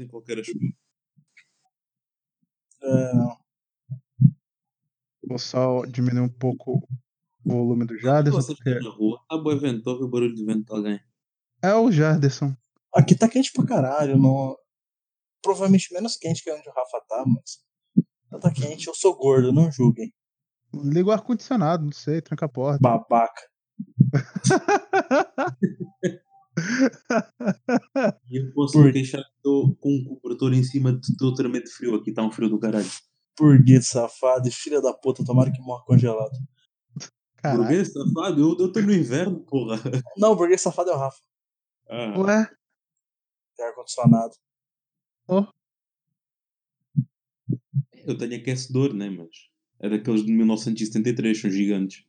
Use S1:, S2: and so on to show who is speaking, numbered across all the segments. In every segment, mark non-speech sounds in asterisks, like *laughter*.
S1: em qualquer aspecto.
S2: Ah, Vou só diminuir um pouco o volume do Jaderson.
S1: Você
S2: Porque...
S1: está na rua, a boa vento, ouve o barulho de vento de alguém.
S2: É o Jaderson.
S3: Aqui tá quente pra caralho. Não... Provavelmente menos quente que onde o Rafa tá, mas. Tá, tá quente, eu sou gordo, não julguem.
S2: Liga o ar-condicionado, não sei, tranca a porta.
S3: Babaca.
S1: E eu posso
S3: Por-
S1: deixar tô com o cobertor em cima do do tremendo frio aqui, tá um frio do caralho.
S3: Burguês safado e filha da puta, tomara que morra congelado.
S2: Caralho.
S1: Burguês safado, eu, eu tô no inverno, porra. *laughs*
S3: Não, o burguês safado é o Rafa.
S1: Ah,
S2: Ué,
S3: Tem ar-condicionado.
S1: eu tenho aquecedor, né? Mas é daqueles de 1973, são gigantes.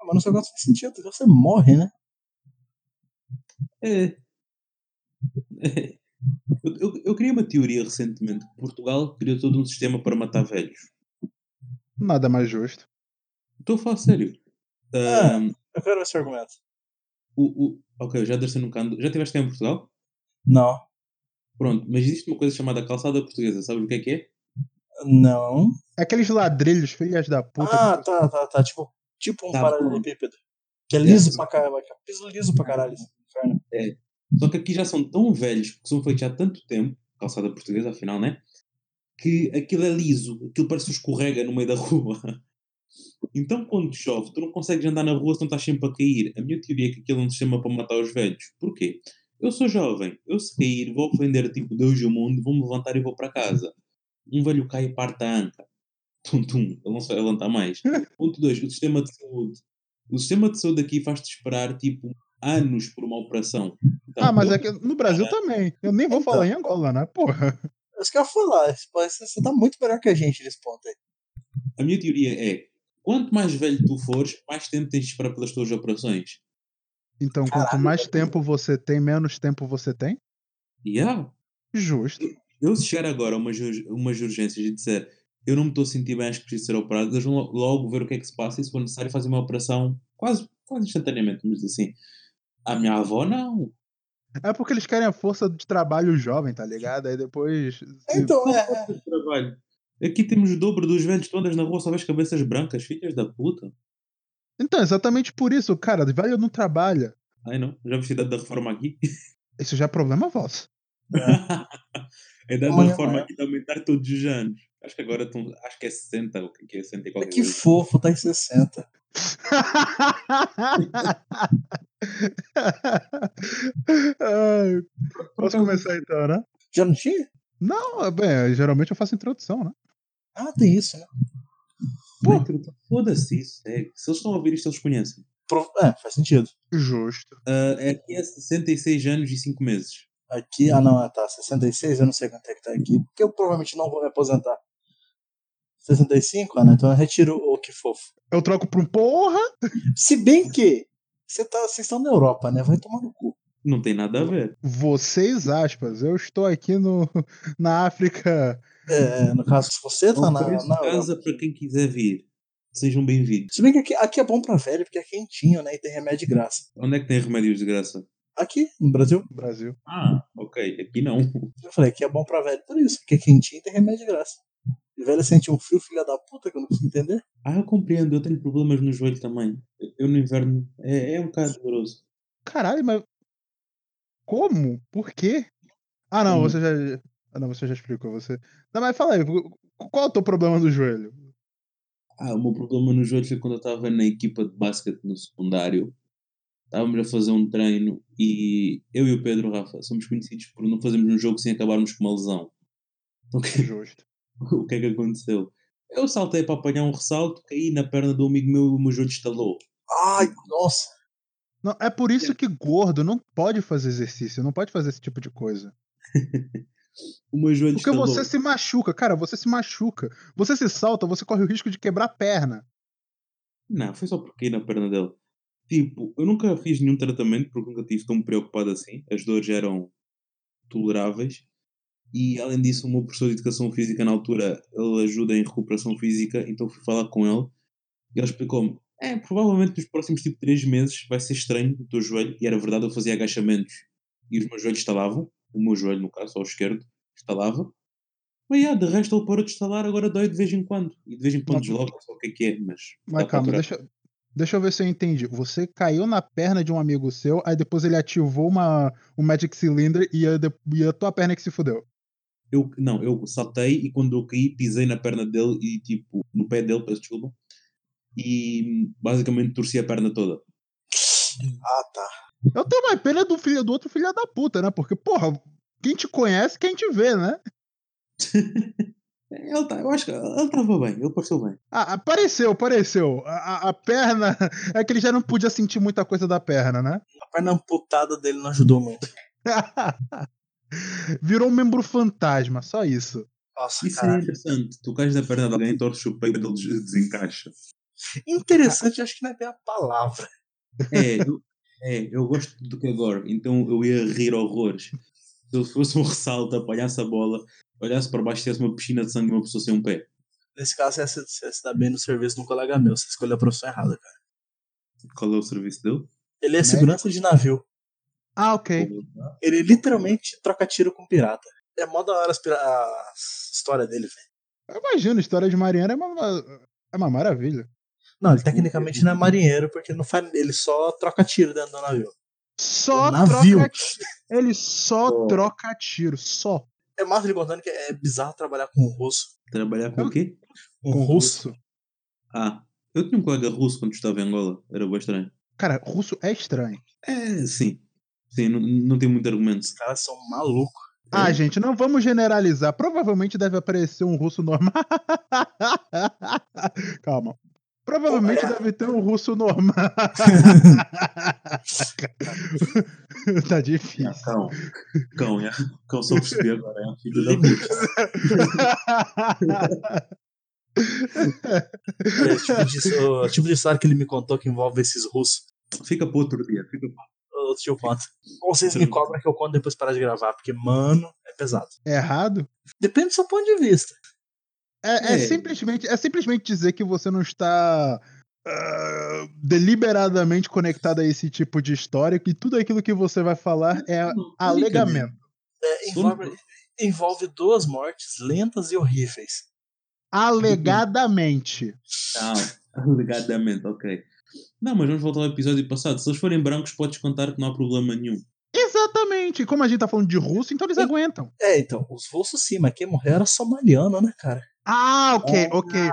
S3: Ah, Mas no seu caso faz sentido, você morre, né?
S1: É. *laughs* É. Eu, eu, eu criei uma teoria recentemente. Portugal criou todo um sistema para matar velhos.
S2: nada mais justo.
S1: Estou a falar sério. Ah,
S3: Eu quero esse argumento.
S1: o, o, ok, já desceu nunca andou. Já estiveste cá em Portugal?
S3: Não.
S1: Pronto, mas existe uma coisa chamada calçada portuguesa. Sabes o que é que é?
S3: Não.
S2: É Aqueles ladrilhos, filhas da puta.
S3: Ah, tá, tá, tá. Tipo, tipo um
S1: Tá
S3: paralelepípedo. Que é
S1: É.
S3: liso pra caralho. que é Piso liso pra caralho. esse Inferno.
S1: Só que aqui já são tão velhos, porque são feitos há tanto tempo, calçada portuguesa afinal, né? Que aquilo é liso, aquilo parece que escorrega no meio da rua. *laughs* Então quando chove, tu não consegues andar na rua se não estás sempre a cair. A minha teoria é que aquilo é um sistema para matar os velhos. Porquê? Eu sou jovem, eu se cair, vou ofender tipo Deus e o mundo, vou-me levantar e vou para casa. Um velho cai e parte a anca. Tum, tum, ele não se vai levantar mais. Ponto 2, o sistema de saúde. O sistema de saúde aqui faz-te esperar tipo anos por uma operação. Então,
S3: tá.
S2: Ah, mas
S1: eu-
S2: é que no Brasil também. Eu nem vou falar em
S3: Então.
S2: Angola, né? Porra.
S3: É Isso que eu ia falar. esse- Você você tá muito melhor que a gente nesse ponto aí.
S1: A minha teoria é: quanto mais velho tu fores, mais tempo tens de esperar pelas tuas operações.
S2: Então, quanto
S3: tá
S2: mais tempo você tem, menos tempo você tem.
S1: E ah,
S2: Justo.
S1: eu se chegar agora a umas, ur- umas urgências e disser eu não me estou a sentir bem, acho que preciso ser operado, eles vão lo- logo ver o que é que se passa e se for necessário fazer uma operação quase, quase instantaneamente, vamos dizer assim. A minha avó não.
S2: É porque eles querem a força de trabalho jovem, tá ligado? Aí depois. se-
S3: Então, é. é.
S1: Não trabalho. Aqui temos o dobro dos velhos, tu andas na rua, só vês cabeças brancas, filhas da puta.
S2: Então, exatamente por isso, cara, velho não trabalha.
S1: Ai não, já vesti a idade da reforma aqui.
S2: Isso já é problema vosso.
S1: a idade da
S3: Olha,
S1: reforma
S3: olha.
S1: aqui de aumentar todos os anos. Acho que agora estão, acho que é 60, o que é 60 e qualquer
S3: Que
S1: coisa.
S3: fofo, tá em 60.
S2: Ai, *laughs* Posso começar então, né?
S3: Já não tinha?
S2: Não, Ah, bem, geralmente eu faço introdução, né?
S3: Ah, tem isso, né?
S1: Pô, tá, foda-se isso. É, se eles estão a ouvir isto, eles conhecem.
S3: Pro- É, faz sentido.
S2: Justo.
S1: Ah, é aqui é 66 anos e 5 meses.
S3: Aqui, ah não, tá, 66, eu não sei quanto é que tá aqui, porque eu provavelmente não vou me aposentar. 65, Ana, então eu retiro o que fofo.
S2: Eu troco pra um porra.
S3: Se bem que você tá, vocês estão na Europa, né? Vai tomar no cu.
S1: Não tem nada a ver.
S2: Vocês, aspas. Eu estou aqui no, *laughs* na África.
S3: É, no caso, se você tá na,
S1: Ofereço
S3: na Europa.
S1: um casa para quem quiser vir. Sejam bem-vindos.
S3: Se bem que aqui, aqui é bom pra velho, porque é quentinho, né? E tem remédio de graça.
S1: Onde é que tem remédios de graça?
S3: Aqui, no Brasil,
S2: no Brasil.
S1: Ah, ok. Aqui não. *laughs*
S3: eu falei, aqui é bom pra velho por isso, porque é quentinho e tem remédio de graça. E velho sente um frio, filha da puta, que eu não consigo entender.
S1: Ah, eu compreendo. Eu tenho problemas no joelho também. Eu- Eu no inverno. É, é um bocado doloroso.
S2: Caralho, mas. Como? Por quê? Ah, não,
S1: Hum.
S2: você já. Ah, não, você já explicou. Você... Não, mas fala aí, qual é o teu problema do *laughs* joelho?
S1: Ah, o meu problema no joelho foi quando eu estava na equipa de basquete no secundário. Estávamos a fazer um treino e eu e o Pedro Rafa somos conhecidos por não fazermos um jogo sem acabarmos com uma lesão. *laughs* Então, o que-
S2: Justo.
S1: o que é que aconteceu? Eu saltei para apanhar um ressalto, caí na perna do amigo meu e o meu joelho estalou.
S3: Ai, nossa.
S2: Não, é por isso que gordo não pode fazer exercício, não pode fazer esse tipo de coisa.
S1: O meu joelho
S2: Porque
S1: estalou.
S2: é você se machuca, cara, você se machuca. Você se salta, você corre o risco de quebrar a perna.
S1: Não, foi só porque caí na perna dele. Tipo, eu nunca fiz nenhum tratamento porque nunca estive tão preocupado assim. As dores eram toleráveis. E além disso, o meu professor de educação física na altura, ele ajuda em recuperação física, então fui falar com ele e ele explicou-me: é, provavelmente nos próximos tipo 3 meses vai ser estranho o teu joelho. E era verdade, eu fazia agachamentos e os meus joelhos estalavam. o meu joelho, no caso, ao esquerdo, estalava. Mas yeah, de resto ele parou de estalar, agora dói de vez em quando. E de vez em quando
S2: Mas-
S1: desloca, não sei o que é que é, mas. dá
S2: Mas
S1: pra
S2: calma,
S1: aturar.
S2: deixa, deixa eu ver se eu entendi. Você caiu na perna de um amigo seu, aí depois ele ativou uma, um Magic Cylinder e a, de- e a tua perna que se fudeu.
S1: Eu, não, eu saltei e quando eu caí pisei na perna dele e tipo, no pé dele, peço desculpa. E basicamente torci a perna toda.
S3: Ah, tá.
S2: Eu tenho mais pena do, filho, do outro filho da puta, né? Porque, porra, quem te conhece, quem te vê, né?
S1: Ele tá, eu acho que ele estava bem, ele pareceu bem.
S2: Ah, apareceu, apareceu. A, a- a perna. *laughs* É que ele já não podia sentir muita coisa da perna, né? *laughs*
S3: A perna amputada dele não ajudou muito.
S2: Virou um membro fantasma, só isso.
S3: Nossa,
S1: Isso é
S3: cara.
S1: interessante. Tu cais na perna de alguém e torces o peito, ele des- desencaixa.
S3: Interessante, acho que não é bem a palavra.
S1: É, eu, é, eu gosto do que é gore, então eu ia rir horrores. Se eu fosse um ressalto, apanhasse a bola, olhasse para baixo e tivesse uma piscina de sangue de uma pessoa sem um pé.
S3: Nesse caso, é se se dar bem no serviço de um colega meu. Você escolheu a profissão errada, cara.
S1: Qual é o serviço dele?
S3: Ele é
S2: Médico?
S3: segurança de navio.
S2: Ah, ok.
S3: Ele literalmente troca tiro com pirata. É mó da hora as pira- a história dele, velho.
S2: Eu imagino, a história de Mariana é uma, é uma maravilha.
S3: Não, ele tecnicamente não é marinheiro, porque ele, não faz, ele só troca tiro dentro do navio.
S2: Só
S3: O navio.
S2: troca tiro. Ele só
S1: Oh.
S2: troca tiro, só.
S3: É massa ele contando que é bizarro trabalhar com um russo.
S1: Trabalhar com o quê?
S3: Um
S2: Então, Com
S3: russo?
S2: russo.
S1: Ah, eu tinha um colega russo quando estava em Angola, era bem estranho.
S2: Cara, russo é estranho.
S1: É, sim. Sim, não, não tem muito argumento.
S3: Os caras são malucos.
S2: Ah, gente, não vamos generalizar. Provavelmente deve aparecer um russo normal. *laughs* Calma. Provavelmente
S3: Olha.
S2: deve ter um russo normal. *laughs* tá difícil.
S1: Cão. Cão, já. Cão só percebi agora, é um filho da puta.
S3: É o tipo de, *laughs* o tipo de história que ele me contou que envolve esses russos.
S1: Fica para outro dia, fica para
S3: Outro dia eu *laughs* conto. Ou vocês me cobram que eu conto depois parar de gravar, porque, mano, é pesado.
S2: *laughs* Errado?
S3: Depende do seu ponto de vista.
S2: É, é
S1: É.
S2: simplesmente, é simplesmente dizer que você não está ah, deliberadamente conectado a esse tipo de história e tudo aquilo que você vai falar é alegamento.
S3: É, envolve, envolve duas mortes lentas e horríveis.
S2: Alegadamente.
S1: Não, alegadamente, ok. Não, mas vamos voltar ao episódio passado. Se eles forem brancos, podes contar que não há problema nenhum.
S2: Exatamente. Como a gente tá falando de russo, então eles
S3: Sim.
S2: aguentam.
S3: É, então, os russos sim, mas quem morreu era somaliano, né, cara?
S2: Ah, ok, ok.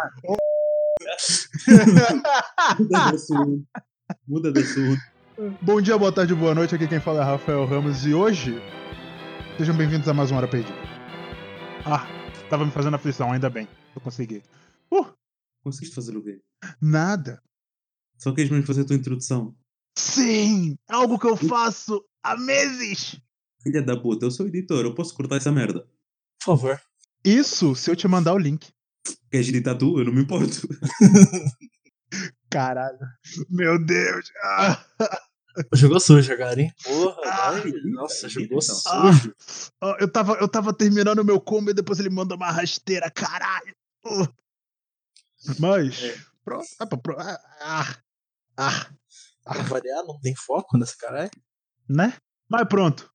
S1: Muda de assunto. Muda de assunto.
S2: *laughs* Bom dia, boa tarde, boa noite. Aqui quem fala é Rafael Ramos e hoje sejam bem-vindos a mais uma hora perdida. Ah, tava me fazendo aflição, ainda bem. Eu consegui.
S1: Conseguiste fazer o quê?
S2: Nada.
S1: Só queres mesmo fazer a tua introdução.
S2: Sim, algo que eu faço há meses.
S1: Filha da puta, eu sou editor, eu posso cortar essa merda.
S3: Por favor.
S2: Isso se eu te mandar o link.
S1: Queres editar tu? Eu não me importo.
S2: Caralho. Meu Deus. Ah,
S3: *laughs* Jogou sujo agora, hein? Porra,
S2: Ah,
S3: vai. nossa, jogou
S1: então.
S3: sujo.
S2: ah, eu, tava, eu tava terminando o meu combo e depois ele manda uma rasteira. Caralho. Uh. Mas.
S3: É.
S2: Pro, ah, pro- ah, ah, ah,
S3: Pra variar, não tem foco nesse cara. é?
S2: né? Mas pronto.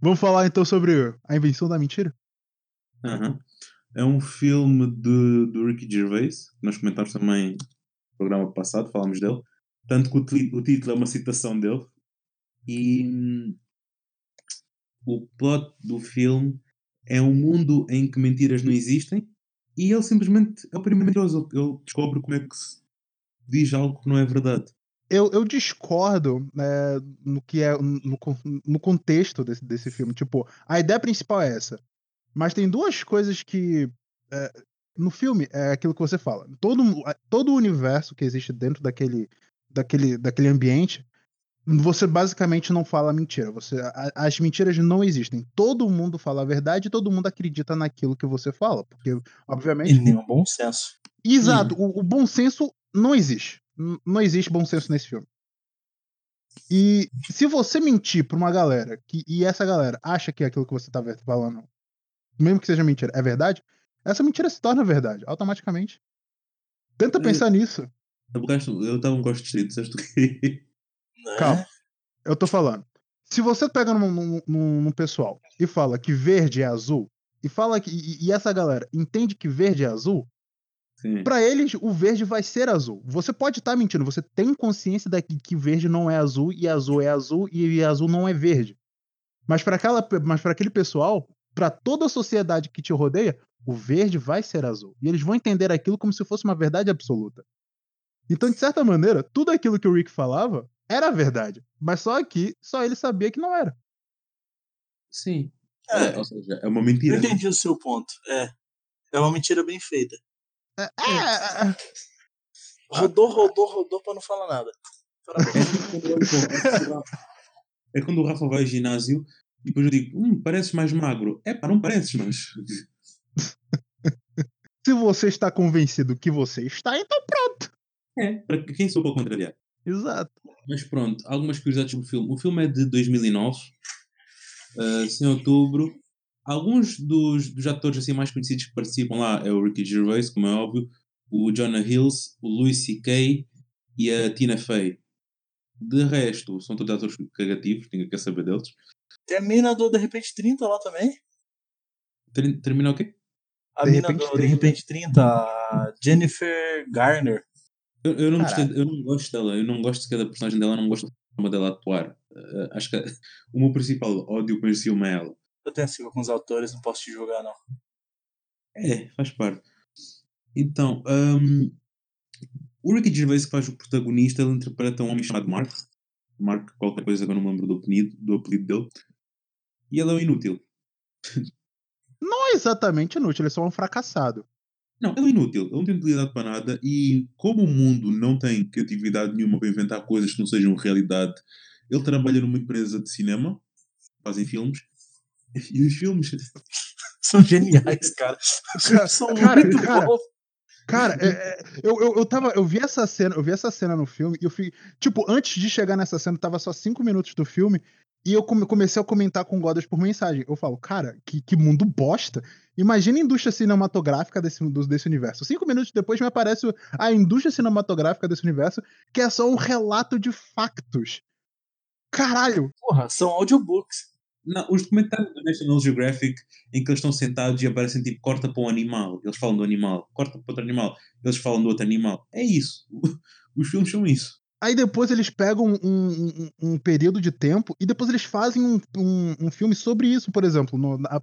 S2: Vamos falar então sobre a invenção da mentira?
S1: Aham. É um filme de, do Ricky Gervais, que nós comentámos também no programa passado, falámos dele. Tanto que o, ti- o título é uma citação dele. E hum, o plot do filme é um mundo em que mentiras não existem e ele simplesmente é o primeiro mentiroso. Ele descobre como é que se diz algo que não é verdade.
S2: Eu, eu discordo né, no que é no, con- no contexto desse, desse filme. Tipo, a ideia principal é essa. Mas tem duas coisas que. é, no filme, é aquilo que você fala. Todo, mu- a- todo o universo que existe dentro daquele, daquele, daquele ambiente, você basicamente não fala mentira. Você, a- as mentiras não existem. Todo mundo fala a verdade e todo mundo acredita naquilo que você fala. Porque, obviamente.
S3: E nenhum um bom senso.
S2: Exato, o, o bom senso não existe. N- Não existe bom senso nesse filme. E se você mentir pra uma galera que, e essa galera acha que aquilo que você tá ver- falando, mesmo que seja mentira, é verdade, essa mentira se torna verdade automaticamente. Tenta
S1: É.
S2: pensar nisso.
S1: *laughs* Sabe o que Eu acho- eu estava um gosto de distrito, sabes do quê?
S3: Né?
S2: Calma. Eu tô falando. Se você pega num, num- num- num pessoal e fala que verde é azul, e fala que. E, e essa galera entende que verde é azul,
S1: Sim.
S2: pra eles o verde vai ser azul. Você pode estar mentindo, você tem consciência de que verde não é azul, e azul é azul, e azul não é verde. Mas pra aquela, pe- mas pra aquele pessoal, pra toda a sociedade que te rodeia, o verde vai ser azul. E eles vão entender aquilo como se fosse uma verdade absoluta. Então, de certa maneira, tudo aquilo que o Rick falava era verdade. Mas só que só ele sabia que não era.
S1: Sim. É,
S3: É,
S1: ou seja, é uma
S3: eu
S1: mentira.
S3: *laughs*
S1: né?
S3: entendi o seu ponto. É. É uma mentira bem feita.
S2: É, é,
S3: Rodou, rodou, rodou pra não falar nada. Parabéns.
S1: É quando o Rafa vai ao ginásio e depois eu digo, hum, parece mais magro. É pá, não pareces, mas.
S2: Se você está convencido que você está, então.
S1: É. Para quem sou para contrariar.
S2: Exato.
S1: Mas pronto, algumas curiosidades sobre o filme. O filme é de 2009, eh, em outubro. Alguns dos, dos atores assim, mais conhecidos que participam lá é o Ricky Gervais, como é óbvio, o Jonah Hills, o Louis C.K. e a Tina Fey. De resto, são todos atores cagativos, ninguém quer saber deles.
S3: Tem a mina do De Repente 30 lá também.
S1: Ter- Termina o quê?
S3: A
S2: De
S3: mina
S2: Repente
S3: do De
S2: 30.
S3: Repente 30, a Jennifer Garner.
S1: Eu, eu não
S2: Caralho.
S1: gostei- eu não gosto dela, eu não gosto de cada personagem dela, eu não gosto da forma dela atuar. Eh, acho que *laughs* o meu principal ódio para esse filme é ela.
S3: Eu tenho sigo com os autores, não posso te julgar, não.
S1: É, faz parte. Então, hum, o Ricky Gervais que faz o protagonista, ele interpreta um homem chamado Mark. Mark, qualquer coisa que eu não me lembro do apelido, do apelido dele. E ele é um inútil.
S2: Não é exatamente inútil, ele é só um fracassado.
S1: Não, ele é inútil. Ele não tem utilidade para nada. E como o mundo não tem criatividade nenhuma para inventar coisas que não sejam realidade, ele trabalha numa empresa de cinema, fazem filmes. E os filmes
S3: *laughs* São geniais, cara. São
S2: Cara,
S3: muito
S2: cara.
S3: bons.
S2: Cara, é- é- eu, eu, eu tava. Eu vi essa cena, eu vi essa cena no filme, e eu fui. Tipo, antes de chegar nessa cena, tava só cinco minutos do filme, e eu come- comecei a comentar com o Godas por mensagem. Eu falo, cara, que, que mundo bosta. Imagina a indústria cinematográfica desse, do- desse universo. Cinco minutos depois me aparece o- a indústria cinematográfica desse universo, que é só um relato de factos. Caralho!
S3: Porra, são audiobooks.
S1: Não, os documentários do National Geographic em que eles estão sentados e aparecem tipo corta para um animal, eles falam do animal, corta para outro animal, eles falam do outro animal. É isso. *laughs* Os filmes são isso.
S2: Aí depois eles pegam um, um- um- um período de tempo e depois eles fazem um, um- um filme sobre isso, por exemplo. no- na- a,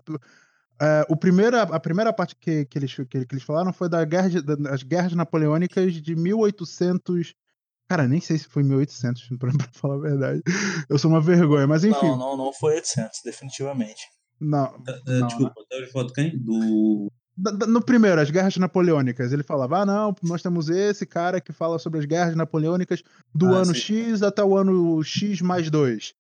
S2: é, o primeira, a primeira parte que, que eles, que, que eles falaram foi da guerra de- da- das guerras napoleônicas de 1800. Cara, nem sei se foi 1800, *laughs* pra, pra falar a verdade. Eu sou uma vergonha, mas enfim.
S3: Não, não, não foi 800, definitivamente.
S2: não.
S1: Ah, desculpa, estás a falar de quem? Do.
S2: Da- da- No primeiro, as guerras napoleônicas, ele falava: ah, não, nós temos esse cara que fala sobre as guerras napoleônicas do
S3: Ah,
S2: ano
S3: sim.
S2: X até o ano X mais dois.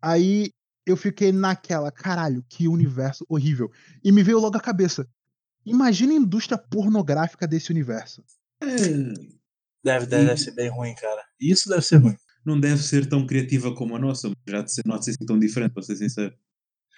S2: Aí eu fiquei naquela, caralho, que universo horrível. E me veio logo a cabeça: imagina a indústria pornográfica desse universo.
S1: É,
S3: Deve, deve,
S1: Ih.
S3: deve ser bem ruim, cara. Isso deve ser ruim.
S1: Não deve ser tão criativa como a nossa, mas já de ser, não há de ser assim tão diferente, para ser sincero.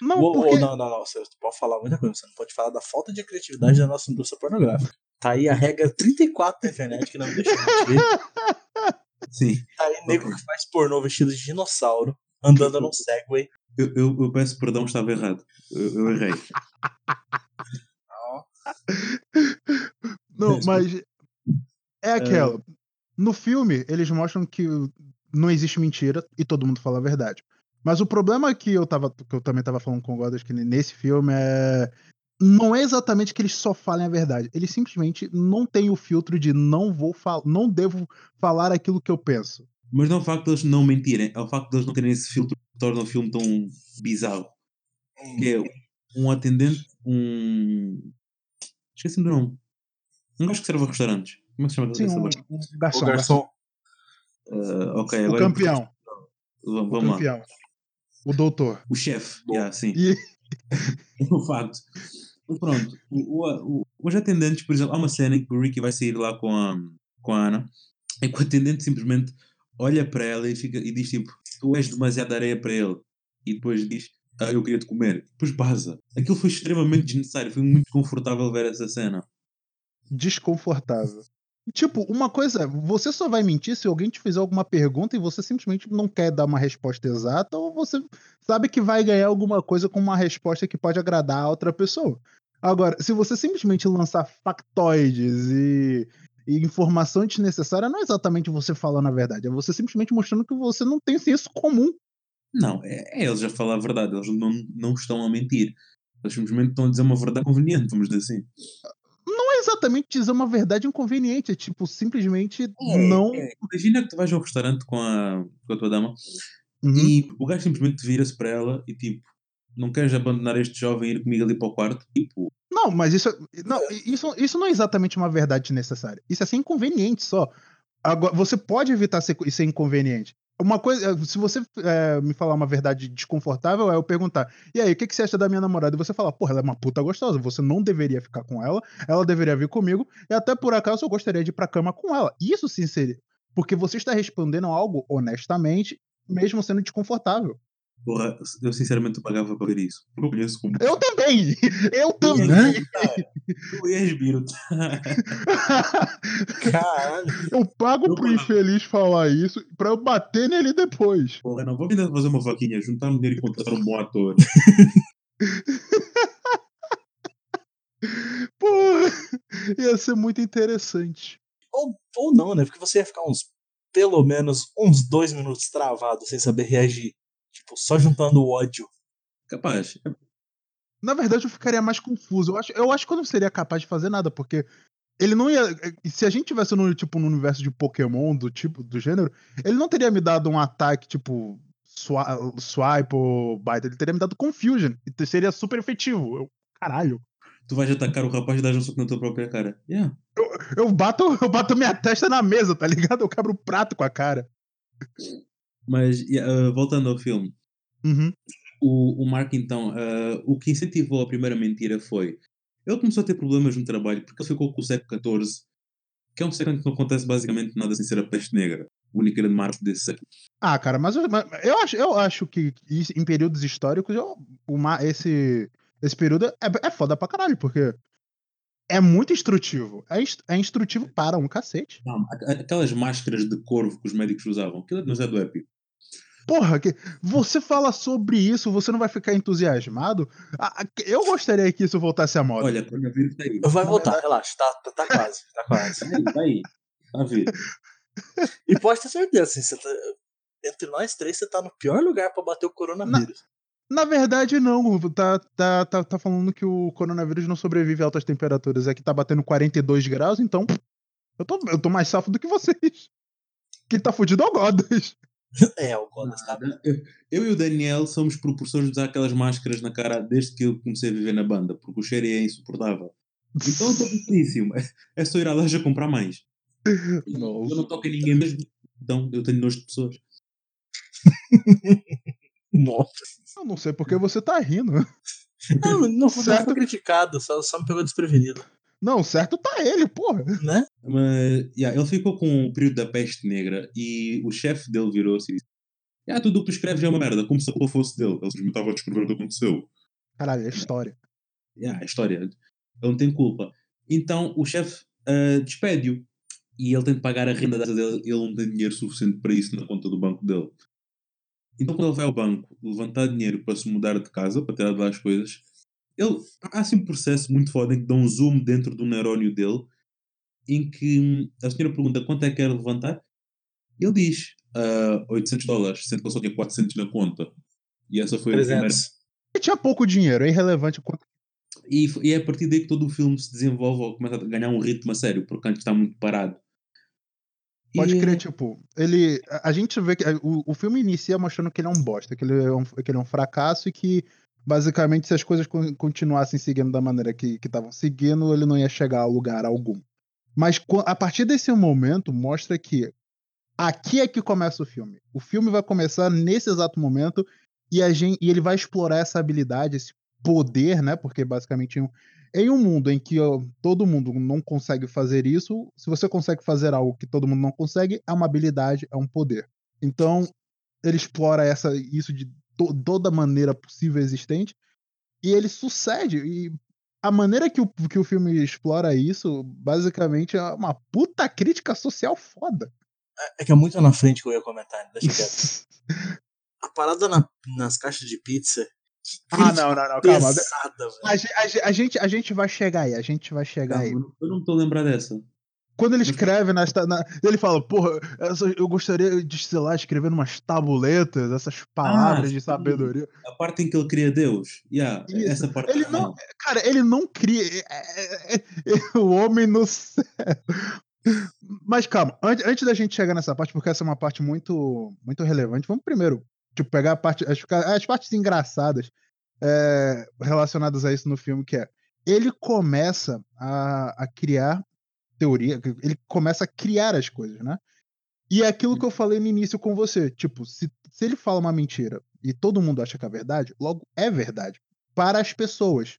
S2: Não,
S3: Uou, uou,
S2: porque.
S3: não, não, não. Você pode falar muita coisa. Você não pode falar da falta de criatividade da nossa indústria pornográfica. Tá aí a regra 34 da internet que não me deixa mentir.
S1: Sim.
S3: Tá aí nego que faz pornô vestido de dinossauro, andando num Segway.
S1: Eu, eu, eu peço perdão, estava errado. Eu, eu errei.
S3: Não.
S2: Não,
S1: Desculpa.
S2: mas é aquela. No filme, eles mostram que não existe mentira e todo mundo fala a verdade. Mas o problema que eu tava, que eu também tava falando com o Godas que nesse filme é não é exatamente que eles só falem a verdade. Eles simplesmente não têm o filtro de não vou falar, não devo falar aquilo que eu penso.
S1: Mas não é o facto de eles não mentirem, é o facto de eles não terem esse filtro que torna o filme tão bizarro. que é um atendente, um. Esqueci-me do nome. Um gajo que serve a restaurantes. Como é que se chama
S2: Sim,
S1: aquele
S2: um,
S1: gajo?
S2: um
S3: O
S2: garçom, garçom.
S3: garçom.
S1: Ah, ok,
S2: O
S1: agora.
S2: campeão,
S1: Vamos,
S2: o
S1: vamos lá.
S2: campeão. O doutor.
S1: O chefe.
S3: Bom.
S1: Yeah, sim. *laughs*
S2: E-
S1: O facto. Pronto. O, o, o- os atendentes, por exemplo, há uma cena em que o Ricky vai sair lá com a, com a Ana e que o atendente simplesmente olha para ela e, fica, e diz tipo: Tu és demasiada areia para ele. E depois diz: Ah, eu queria te comer. Depois passa. Aquilo foi extremamente desnecessário. Foi muito desconfortável ver essa cena.
S2: desconfortável. E, Tipo, uma coisa, você só vai mentir se alguém te fizer alguma pergunta e você simplesmente não quer dar uma resposta exata, ou você sabe que vai ganhar alguma coisa com uma resposta que pode agradar a outra pessoa. Agora, se você simplesmente lançar factoides e, e informação desnecessária, não é exatamente você falando a verdade, é você simplesmente mostrando que você não tem senso comum.
S1: Não, é, é eles a falar a verdade, eles não, não estão a mentir. Eles simplesmente estão a dizer uma verdade conveniente, vamos dizer assim.
S2: Não é exatamente dizer uma verdade inconveniente, é tipo, simplesmente
S3: É,
S2: não.
S3: é.
S1: Imagina que tu vais a um restaurante com a, com a tua dama
S2: Uhum.
S1: e o gajo simplesmente vira-se para ela e tipo, não queres abandonar este jovem e ir comigo ali para o quarto? Tipo,
S2: Não, mas isso, não, isso, isso não é exatamente uma verdade necessária. Isso é ser inconveniente só. Agora, você pode evitar ser, ser inconveniente. Uma coisa, se você eh, me falar uma verdade desconfortável, é eu perguntar: e aí, o que, que você acha da minha namorada? E você falar: porra, ela é uma puta gostosa, você não deveria ficar com ela, ela deveria vir comigo, e até por acaso eu gostaria de ir pra cama com ela. Isso sim seria. Porque você está respondendo algo honestamente, mesmo sendo desconfortável.
S1: porra, eu sinceramente pagava para ver isso. Eu conheço como.
S2: Eu também! Eu
S1: Tu és
S3: Né?
S2: *laughs* também!
S1: brutal. Tu és brutal.
S3: Caralho.
S2: Eu pago
S1: Eu
S2: pro
S1: pago.
S2: infeliz falar isso pra eu bater nele depois.
S1: Porra, não, vou tentar fazer uma vaquinha, juntar um dinheiro e contratar um bom ator.
S2: Porra! *laughs* Ia ser muito interessante.
S3: Ou, ou não, né? Porque você ia ficar uns, pelo menos, uns dois minutos travado sem saber reagir. Tipo, só juntando o ódio.
S1: Capaz.
S2: Na verdade, eu ficaria mais confuso. Eu acho, eu acho que eu não seria capaz de fazer nada, porque ele não ia. e Se a gente tivesse no, tipo, no universo de Pokémon do tipo, do gênero, ele não teria me dado um ataque tipo swa- swipe ou bite. Ele teria me dado confusion. E seria super efetivo. Eu- caralho.
S1: Tu vais atacar o rapaz e dás um soco na tua própria cara. Yeah.
S2: Eu bato, *laughs* eu bato minha testa na mesa, tá ligado? Eu quebro o prato com a cara.
S1: Mas, yeah, ah, voltando ao filme.
S2: Uhum.
S1: o, o Mark, então, ah, o que incentivou a primeira mentira foi ele começou a ter problemas no trabalho porque ele ficou com o século 14, que é um século em que não acontece basicamente nada sem ser a peste negra, o único grande marco desse século.
S2: Ah, cara, mas eu, mas eu acho, eu acho que isso- em períodos históricos, eu- o ma- esse, esse período é, é foda pra caralho, porque é muito instrutivo. É, inst- é instrutivo para um cacete.
S1: Não, a- a- aquelas máscaras de corvo que os médicos usavam, aquilo é demasiado épico.
S2: Porra, que, você fala sobre isso, você não vai ficar entusiasmado? Ah, ah, que- Eu gostaria que isso voltasse à moda.
S1: Olha, quando eu vi está aí.
S3: Vai
S2: Na
S3: voltar,
S2: verdade-
S3: relaxa. Tá, tá, tá quase, tá quase.
S1: Está aí, está aí. Está a ver.
S3: *laughs* E pode ter certeza, assim, você tá, entre nós três, você tá no pior lugar pra bater o coronavírus.
S2: Na verdade, não. Tá, tá, tá, tá falando que o coronavírus não sobrevive a altas temperaturas. É que tá batendo 42 graus, então eu tô, eu tô mais safo do que vocês. Quem tá fudido é o Godas.
S3: É, o Godas tá.
S1: Eu, eu e o Daniel somos propulsores de usar aquelas máscaras na cara desde que eu comecei a viver na banda, porque o cheiro é insuportável. Então eu estou felicíssimo. É- É só ir à loja comprar mais. Eu não toco em ninguém mesmo. Então, eu tenho nojo de pessoas.
S3: *laughs* Nossa.
S2: Eu não sei porque você tá rindo. *laughs*
S3: Não, não, não
S2: Certo.
S3: foi criticado, só, só me pegou desprevenido.
S2: Não, certo tá ele, porra.
S3: Né?
S1: Mas, yeah, ele ficou com o período da peste negra e o chefe dele virou-se e disse: Ah, tudo o que tu escreves é uma merda, como se a culpa fosse dele. Ele simplesmente estava a descrever o que aconteceu.
S2: Caralho, é história.
S1: Yeah, a história. Ele não tem culpa. Então, o chefe ah, despede-o e ele tem de pagar a renda da casa dele. Ele não tem dinheiro suficiente para isso na conta do banco dele. Então, quando ele vai ao banco levantar dinheiro para se mudar de casa, para tirar de lá as coisas, ele, há assim um processo muito foda em que dá um zoom dentro do neurónio dele, em que hum, a senhora pergunta quanto é que quer levantar, ele diz ah, 800 dólares, sendo que ele só tinha 400 na conta. E essa foi a
S3: 300.
S2: Ele tinha pouco dinheiro, é irrelevante quanto.
S1: primeira. E, f- e é a partir daí que todo o filme se desenvolve ou começa a ganhar um ritmo a sério, porque antes está muito parado.
S2: Pode
S1: E-
S2: crer, tipo, ele. A a gente vê que. a- O, o filme inicia mostrando que ele é um bosta, que ele é um, que ele é um fracasso e que, basicamente, se as coisas con- continuassem seguindo da maneira que estavam seguindo, ele não ia chegar a lugar algum. Mas co- a partir desse momento, mostra que aqui é que começa o filme. O filme vai começar nesse exato momento e, a gen- e ele vai explorar essa habilidade, esse poder, né? Porque basicamente em um, em um mundo em que ó, todo mundo não consegue fazer isso, se você consegue fazer algo que todo mundo não consegue, é uma habilidade, é um poder. Então ele explora essa isso de to- toda maneira possível e existente e ele sucede e a maneira que o, que o filme explora isso, basicamente, é uma puta crítica social foda.
S3: É que é muito na frente que eu ia comentar, né? deixa quieto. *laughs* A parada na- nas caixas de pizza. que
S2: *laughs* ah,
S3: crítica
S2: não, não, não, calma.
S3: Pesada, velho.
S2: A, ge- a ge- a gente, a gente vai chegar aí, a gente vai chegar aí.
S1: Calma, eu não estou a lembrar dessa.
S2: Quando ele escreve nas. ta- na- ele fala, porra, essa- eu gostaria de, sei lá, escrever umas tabuletas, essas palavras de
S1: sim.
S2: sabedoria.
S1: A parte em que ele cria Deus. Yeah,
S2: Isso.
S1: essa parte.
S2: Ele não- Cara, ele não cria. é- é- é- é- o homem no céu. Mas calma, an- antes, da gente chegar nessa parte, porque essa é uma parte muito, muito relevante, vamos primeiro tipo, pegar a parte, as, ca- as partes engraçadas é, relacionadas a isso no filme, que é ele começa a, a criar teoria, ele começa a criar as coisas, né? E é aquilo que eu falei no início com você, tipo, se, se ele fala uma mentira e todo mundo acha que é verdade, logo é verdade para as pessoas.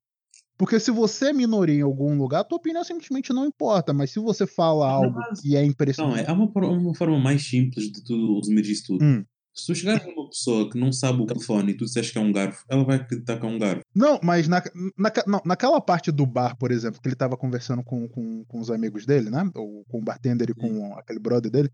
S2: Porque se você é minoria em algum lugar, a tua opinião simplesmente não importa, mas se você fala algo
S1: mas-
S2: que é
S1: Não, é
S2: impressionante,
S1: há uma, por- uma forma mais simples de tu resumir isso tudo.
S2: Hum.
S1: Se tu chegares a uma pessoa que não sabe o telefone e tu disseres que é um garfo, ela vai acreditar que é um garfo.
S2: Não, mas na, naca- não, naquela parte do bar, por exemplo, que ele tava conversando com, com, com os amigos dele, né? Ou com o bartender e com aquele brother dele,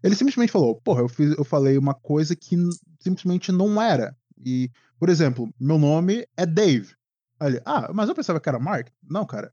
S2: ele simplesmente falou, porra, eu, fiz, eu falei uma coisa que n- simplesmente não era. E, por exemplo, meu nome é Dave. Aí ele, ah, mas eu pensava que era Mark. Não, cara.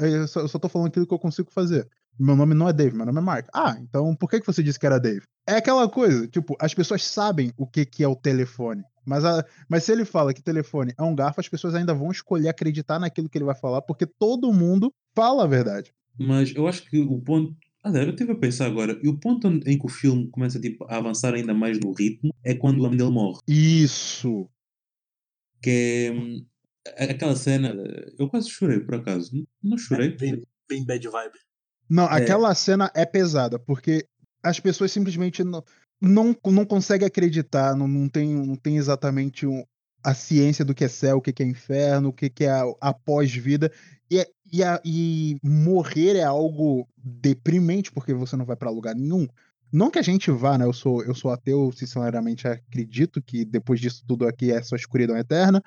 S2: É, Eu só, eu só tô falando aquilo que eu consigo fazer. Meu nome não é Dave, meu nome é Mark. Ah, então por que, que você disse que era Dave? É aquela coisa, tipo, as pessoas sabem o que, que é o telefone. Mas a, mas se ele fala que telefone é um garfo, as pessoas ainda vão escolher acreditar naquilo que ele vai falar, porque todo mundo fala a verdade.
S1: Mas eu acho que o ponto. Aliás, eu estive a pensar agora. E o ponto onde- em que o filme começa tipo, a avançar ainda mais no ritmo é quando o homem dele morre.
S2: Isso.
S1: Que é. hum, a- aquela cena. Eu quase chorei, por acaso. N- Não chorei.
S3: Bem, bem bad vibe.
S2: Não,
S1: É.
S2: aquela cena é pesada, porque as pessoas simplesmente não, não, não conseguem acreditar, não, não, tem, não tem exatamente um- a ciência do que é céu, o que que é inferno, o que que é a, a pós-vida. E, é- e, a- e morrer é algo deprimente, porque você não vai pra lugar nenhum. Não que a gente vá, né? Eu sou, eu sou ateu, sinceramente acredito que depois disso tudo aqui é só escuridão eterna.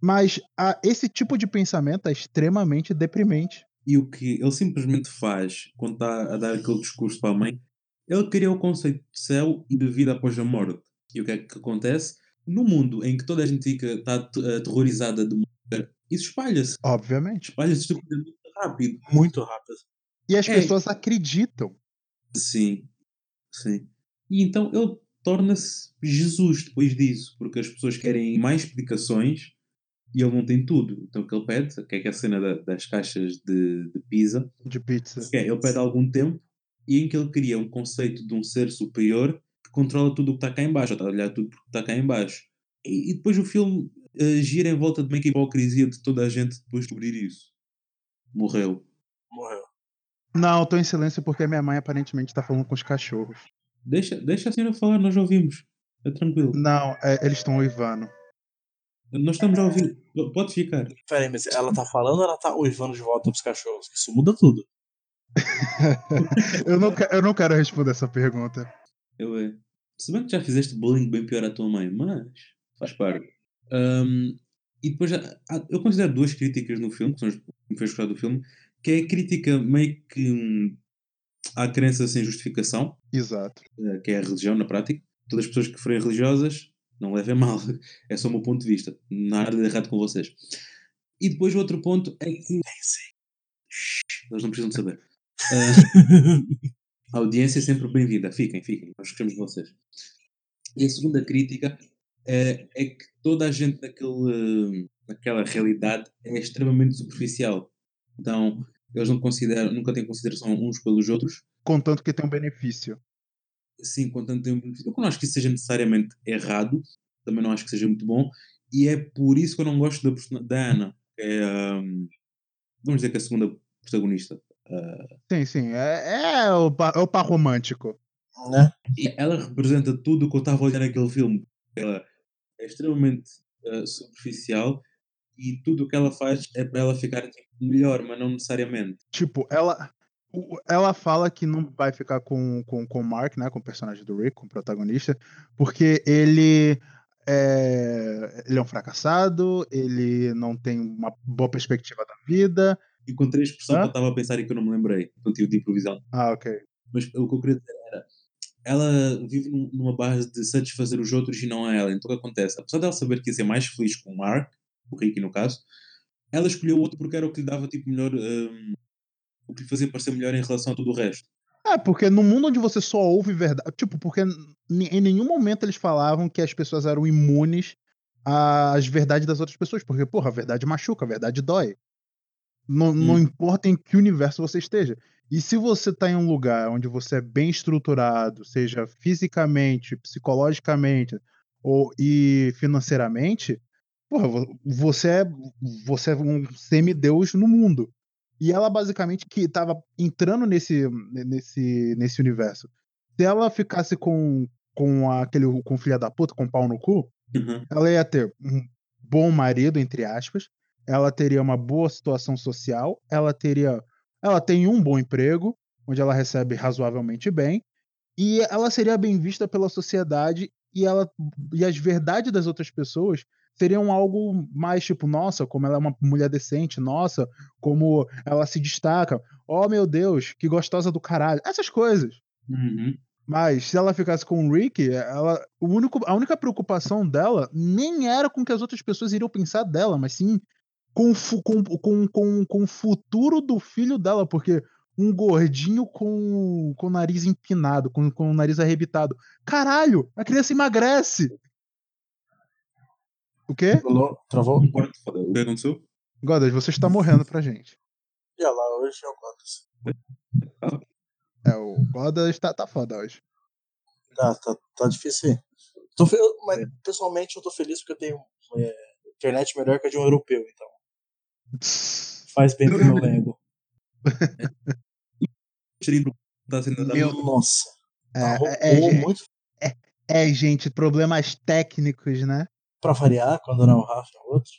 S2: Mas a- esse tipo de pensamento é extremamente deprimente.
S1: E o que ele simplesmente faz quando está a dar aquele discurso para a mãe, ele cria o conceito de céu e de vida após a morte. E o que é que acontece? No mundo em que toda a gente fica está aterrorizada de morrer, isso espalha-se.
S2: Obviamente.
S1: Espalha-se estupidamente rápido.
S3: Muito rápido.
S2: E as
S1: É.
S2: pessoas acreditam.
S1: Sim, sim. E então ele torna-se Jesus depois disso, porque as pessoas querem mais explicações e ele não tem tudo. Então o que ele pede, que é que é a cena da- das caixas de, de pizza,
S2: de pizza.
S1: Ok, ele pede algum tempo e em que ele cria um conceito de um ser superior que controla tudo o que está cá em baixo, ou está a olhar tudo o que está cá em baixo. E, e depois o filme eh, gira em volta de meio que a hipocrisia de toda a gente depois de descobrir isso. Morreu.
S3: Morreu.
S2: Não, eu tô em silêncio porque minha mãe aparentemente tá falando com os cachorros.
S1: Deixa, deixa a senhora falar, nós ouvimos. É tranquilo.
S2: Não, é, eles estão uivando.
S1: Nós estamos a ouvir. P- Pode ficar.
S3: Pera aí, mas ela tá falando ou ela tá uivando de volta pros cachorros? Isso muda tudo. *laughs*
S2: Eu não, que- eu não quero responder essa pergunta.
S1: Eu é. Se bem que já fizeste bullying bem pior à tua mãe, mas faz parte. Ahm, e depois há- há- eu considero duas críticas no filme, que são as que me fez gostar do filme, que é a crítica meio que hum, à crença sem justificação,
S2: Exato.
S1: eh, que é a religião na prática. Todas as pessoas que forem religiosas, não levem a mal. *laughs* É só o meu ponto de vista. Nada de errado com vocês. E depois o outro ponto é que. Shhh, eles não precisam de saber. Ah,
S3: Né?
S1: a audiência é sempre bem-vinda. Fiquem, fiquem. Nós gostamos de vocês. E a segunda crítica eh, é, que toda a gente daquele, daquela realidade é extremamente superficial. Então, eles não consideram, nunca têm consideração uns pelos outros.
S2: Contanto que tem um benefício.
S1: Sim, contanto tem um benefício. Eu não acho que isso seja necessariamente errado. Também não acho que seja muito bom. E é por isso que eu não gosto da, persona- da Ana. que é, hum, vamos dizer que é a segunda protagonista. Ah,
S2: Sim, sim. É, é o, par, é o par romântico.
S3: Né?
S1: E ela representa tudo o que eu estava a olhar naquele filme. Ela é extremamente eh, superficial e tudo o que ela faz é para ela ficar tipo, melhor, mas não necessariamente.
S2: Tipo, ela. o- Ela fala que não vai ficar com, com, com o Mark, né? Com o personagem do Rick, com o protagonista, porque ele. é, ele é um fracassado, ele não tem uma boa perspectiva da vida.
S1: Encontrei a expressão
S2: Hã?
S1: que eu estava a pensar e que eu não me lembrei, então tive de improvisar.
S2: Ah, ok.
S1: Mas o que eu queria dizer era: ela vive num- numa base de satisfazer os outros e não a ela. Então o que acontece? Apesar dela saber que ia ser mais feliz com o Mark, o Ricky no caso, ela escolheu o outro porque era o que lhe dava tipo melhor. hum, o que lhe fazia parecer melhor em relação a todo o resto.
S2: É, porque no mundo onde você só ouve verdade. Tipo, porque ni- em nenhum momento eles falavam que as pessoas eram imunes às verdades das outras pessoas. Porque, porra, a verdade machuca, a verdade dói. Não, não
S1: Hum.
S2: importa em que universo você esteja. E se você tá em um lugar onde você é bem estruturado, seja fisicamente, psicologicamente ou e financeiramente, porra, vo- você é, você é um semideus no mundo. E ela basicamente que tava entrando nesse, nesse, nesse universo. Se ela ficasse com, com aquele com filha da puta, com pau no cu,
S1: Uhum.
S2: ela ia ter um bom marido, entre aspas. Ela teria uma boa situação social. Ela teria. Ela tem um bom emprego, onde ela recebe razoavelmente bem. E ela seria bem vista pela sociedade e ela e as verdades das outras pessoas seriam algo mais tipo, nossa, como ela é uma mulher decente, nossa, como ela se destaca. Oh, meu Deus, que gostosa do caralho. Essas coisas.
S1: Uhum.
S2: Mas se ela ficasse com o Rick, ela, o único, a única preocupação dela nem era com o que as outras pessoas iriam pensar dela, mas sim com, o fu- com, com, com, com o futuro do filho dela, porque um gordinho com, com o nariz empinado, com, com o nariz arrebitado. Caralho, a criança emagrece! O quê?
S3: Pulou, travou?
S1: Um quarto, foda O que aconteceu?
S2: Godas, você está morrendo pra gente.
S3: Olha lá, hoje é o Cotas.
S2: É, o Godas tá, tá foda hoje.
S3: Tá, tá, tá difícil aí. Tô fe- eu- Mas pessoalmente eu tô feliz porque eu tenho é, internet melhor que a de um europeu, então faz bem pro meu ego.
S1: Cheirinho tá sendo da
S2: Meu-
S3: Nossa, tá roubou
S2: É, é, gente,
S3: muito
S2: é, gente, problemas técnicos, né?
S3: pra variar quando não é o Rafa, é o outro.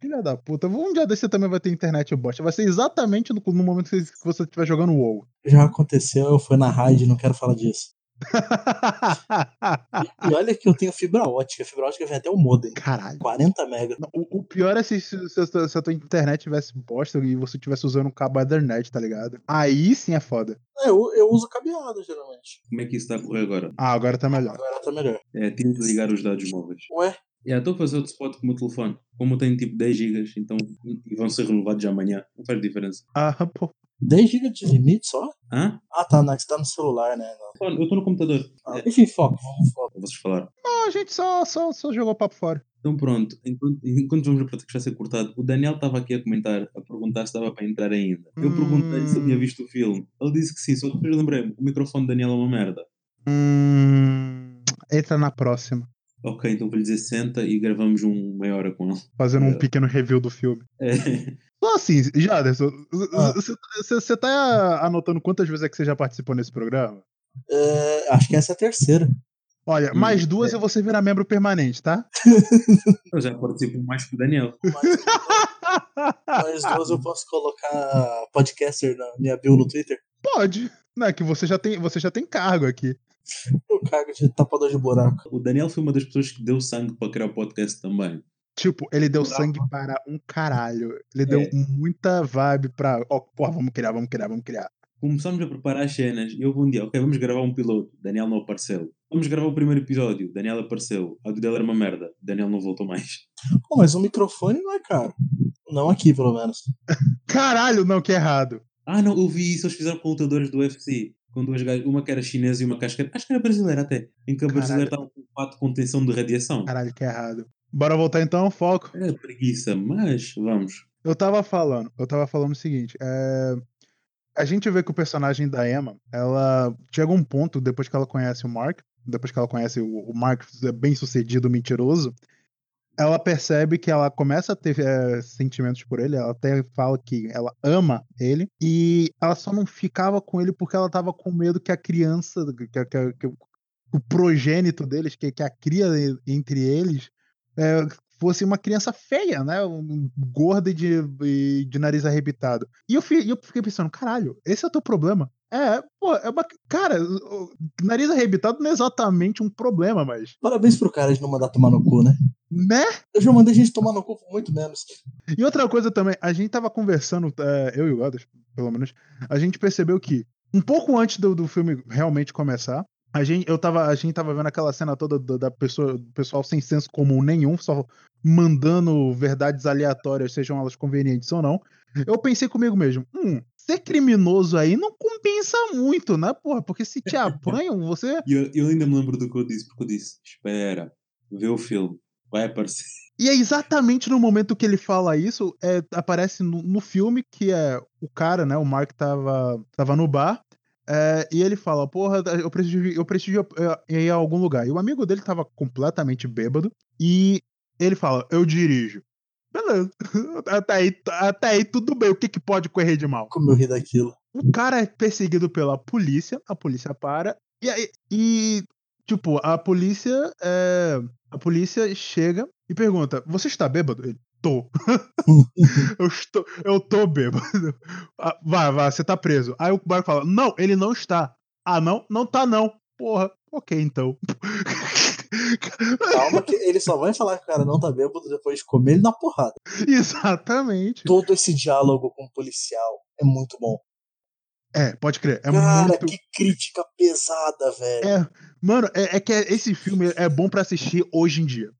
S2: Filha da puta, um dia desse você também vai ter internet bosta. Vai ser exatamente no, no momento que você- que você estiver jogando WoW. *laughs*
S3: Já aconteceu, eu fui na raid, não quero falar disso. E olha que eu tenho fibra ótica, fibra ótica vem até o modem,
S2: Caralho.
S3: 40 mega.
S2: Não, O, o pior é se, se, se a tua- se a tua internet tivesse bosta e você tivesse usando um cabo Ethernet, tá ligado? Aí sim é foda.
S3: É, eu, eu uso cabeado geralmente.
S1: Como é que isso está a correr agora?
S2: Ah, agora tá melhor.
S3: Agora tá melhor.
S1: É, tive de ligar os dados móveis.
S3: Ué,
S1: Yeah, estou a fazer outro spot com o meu telefone. Como eu tenho tipo 10 gigas, então e vão ser renovados já amanhã. Não faz diferença.
S2: Ah, pô.
S3: 10 GB de limite só?
S1: Hã?
S3: Ah tá, não, que você tá no celular, né? Não.
S1: Mano, Eu estou no computador.
S3: Ah, Enfim, foco, vamos foco.
S1: Vocês falaram.
S2: Ah, a gente só, só, só jogou papo fora.
S1: Então pronto, enquanto, enquanto vamos para que está a ser cortado, o Daniel estava aqui a comentar, a perguntar se dava para entrar ainda. Eu perguntei se
S2: Hum.
S1: havia visto o filme. Ele disse que sim, só que depois lembrei-me, o microfone do Daniel é uma merda.
S2: Hum. Entra na próxima.
S1: Ok, então vou lhe dizer senta e gravamos um meia hora com ele.
S2: Fazendo
S1: É.
S2: um pequeno review do filme.
S1: É.
S2: Só assim, Jaderson,
S3: Ah.
S2: você tá anotando quantas vezes é que você já participou nesse programa?
S3: É, acho que essa é a terceira.
S2: Olha,
S1: Hum,
S2: mais duas
S1: é.
S2: eu vou ser virar membro permanente, tá?
S1: *laughs* Eu já participo mais que o Daniel.
S3: Mas nós duas *laughs* eu posso colocar podcaster na minha bio no Twitter.
S2: Pode. Não, é que você já tem, você já tem cargo aqui.
S3: Eu cargo de tapador de buraco.
S1: O Daniel foi uma das pessoas que deu sangue para criar o podcast também.
S2: Tipo, ele deu
S3: Bravo.
S2: sangue para um caralho. Ele deu
S1: É.
S2: muita vibe pra. Ó, porra, vamos criar, vamos criar, vamos criar.
S1: Começamos a preparar as cenas e houve um dia, ok, vamos gravar um piloto. Daniel não apareceu. Vamos gravar o primeiro episódio. Daniel apareceu. A do dele era uma merda. Daniel não voltou mais. *laughs*
S3: Pô, mas o microfone não é caro. Não aqui, pelo menos.
S2: Caralho, não, que errado.
S1: Ah, não, eu vi isso. Eles fizeram com lutadores do UFC. Com duas gajas, uma que era chinesa e uma que acho que era, acho que era brasileira até. Em que a brasileira estava com um fato de contenção de radiação.
S2: Caralho, que errado. Bora voltar então ao foco.
S1: É preguiça, mas vamos.
S2: Eu tava falando, eu tava falando o seguinte, é, a gente vê que o personagem da Emma, ela chega a um ponto depois que ela conhece o Mark, depois que ela conhece o, o Mark é bem sucedido, mentiroso, ela percebe que ela começa a ter é, sentimentos por ele, ela até fala que ela ama ele, e ela só não ficava com ele porque ela tava com medo que a criança, que, que- que o progênito deles, que, que a cria entre eles, é, fosse uma criança feia, né? Um- Gorda e de, e de nariz arrebitado. E eu, fi- e eu fiquei pensando, caralho, esse é o teu problema? É, pô, é uma. Cara, o- o nariz arrebitado não é exatamente um problema, mas.
S3: Parabéns pro cara de não mandar tomar no cu, né?
S2: Né?
S3: Eu já mandei gente tomar no cu por muito menos.
S2: E outra coisa também, a gente tava conversando, é, eu e o Godas, pelo menos, a gente percebeu que um pouco antes do, do filme realmente começar, a gente, eu tava, a gente tava vendo aquela cena toda do- da pessoa, do pessoal sem senso comum nenhum, só mandando verdades aleatórias, sejam elas convenientes ou não. Eu pensei comigo mesmo, hum, ser criminoso aí não compensa muito, né, porra? Porque se te apanham, você.
S1: E eu, eu ainda me lembro do que eu disse, porque eu disse: espera, vê o filme, vai aparecer.
S2: E é exatamente no momento que ele fala isso, é, aparece no, no filme que é o cara, né? O Mark tava, tava no bar. é, e ele fala, porra, eu preciso, ir- eu preciso ir a- ir a algum lugar. E o amigo dele tava completamente bêbado. E ele fala, eu dirijo. Beleza. *laughs* Até aí, até aí tudo bem. O que, que pode correr de mal?
S3: Como eu ri daquilo.
S2: O cara é perseguido pela polícia, a polícia para, e aí, e, tipo, a polícia, é, a polícia chega e pergunta, você está bêbado? Ele, tô. *laughs* eu estou, eu tô bêbado. "Ah, Vai, vai, você tá preso. Aí o barco fala, não, ele não está. Ah, não? Não tá não. Porra, ok então. *laughs*
S3: Calma que ele só vai falar que o cara não tá bêbado depois de comer ele na porrada.
S2: Exatamente.
S3: Todo esse diálogo com o policial é muito bom.
S2: É, pode crer, é
S3: cara,
S2: muito...
S3: que crítica pesada, velho.
S2: É, mano, é, é que esse filme é bom pra assistir hoje em dia.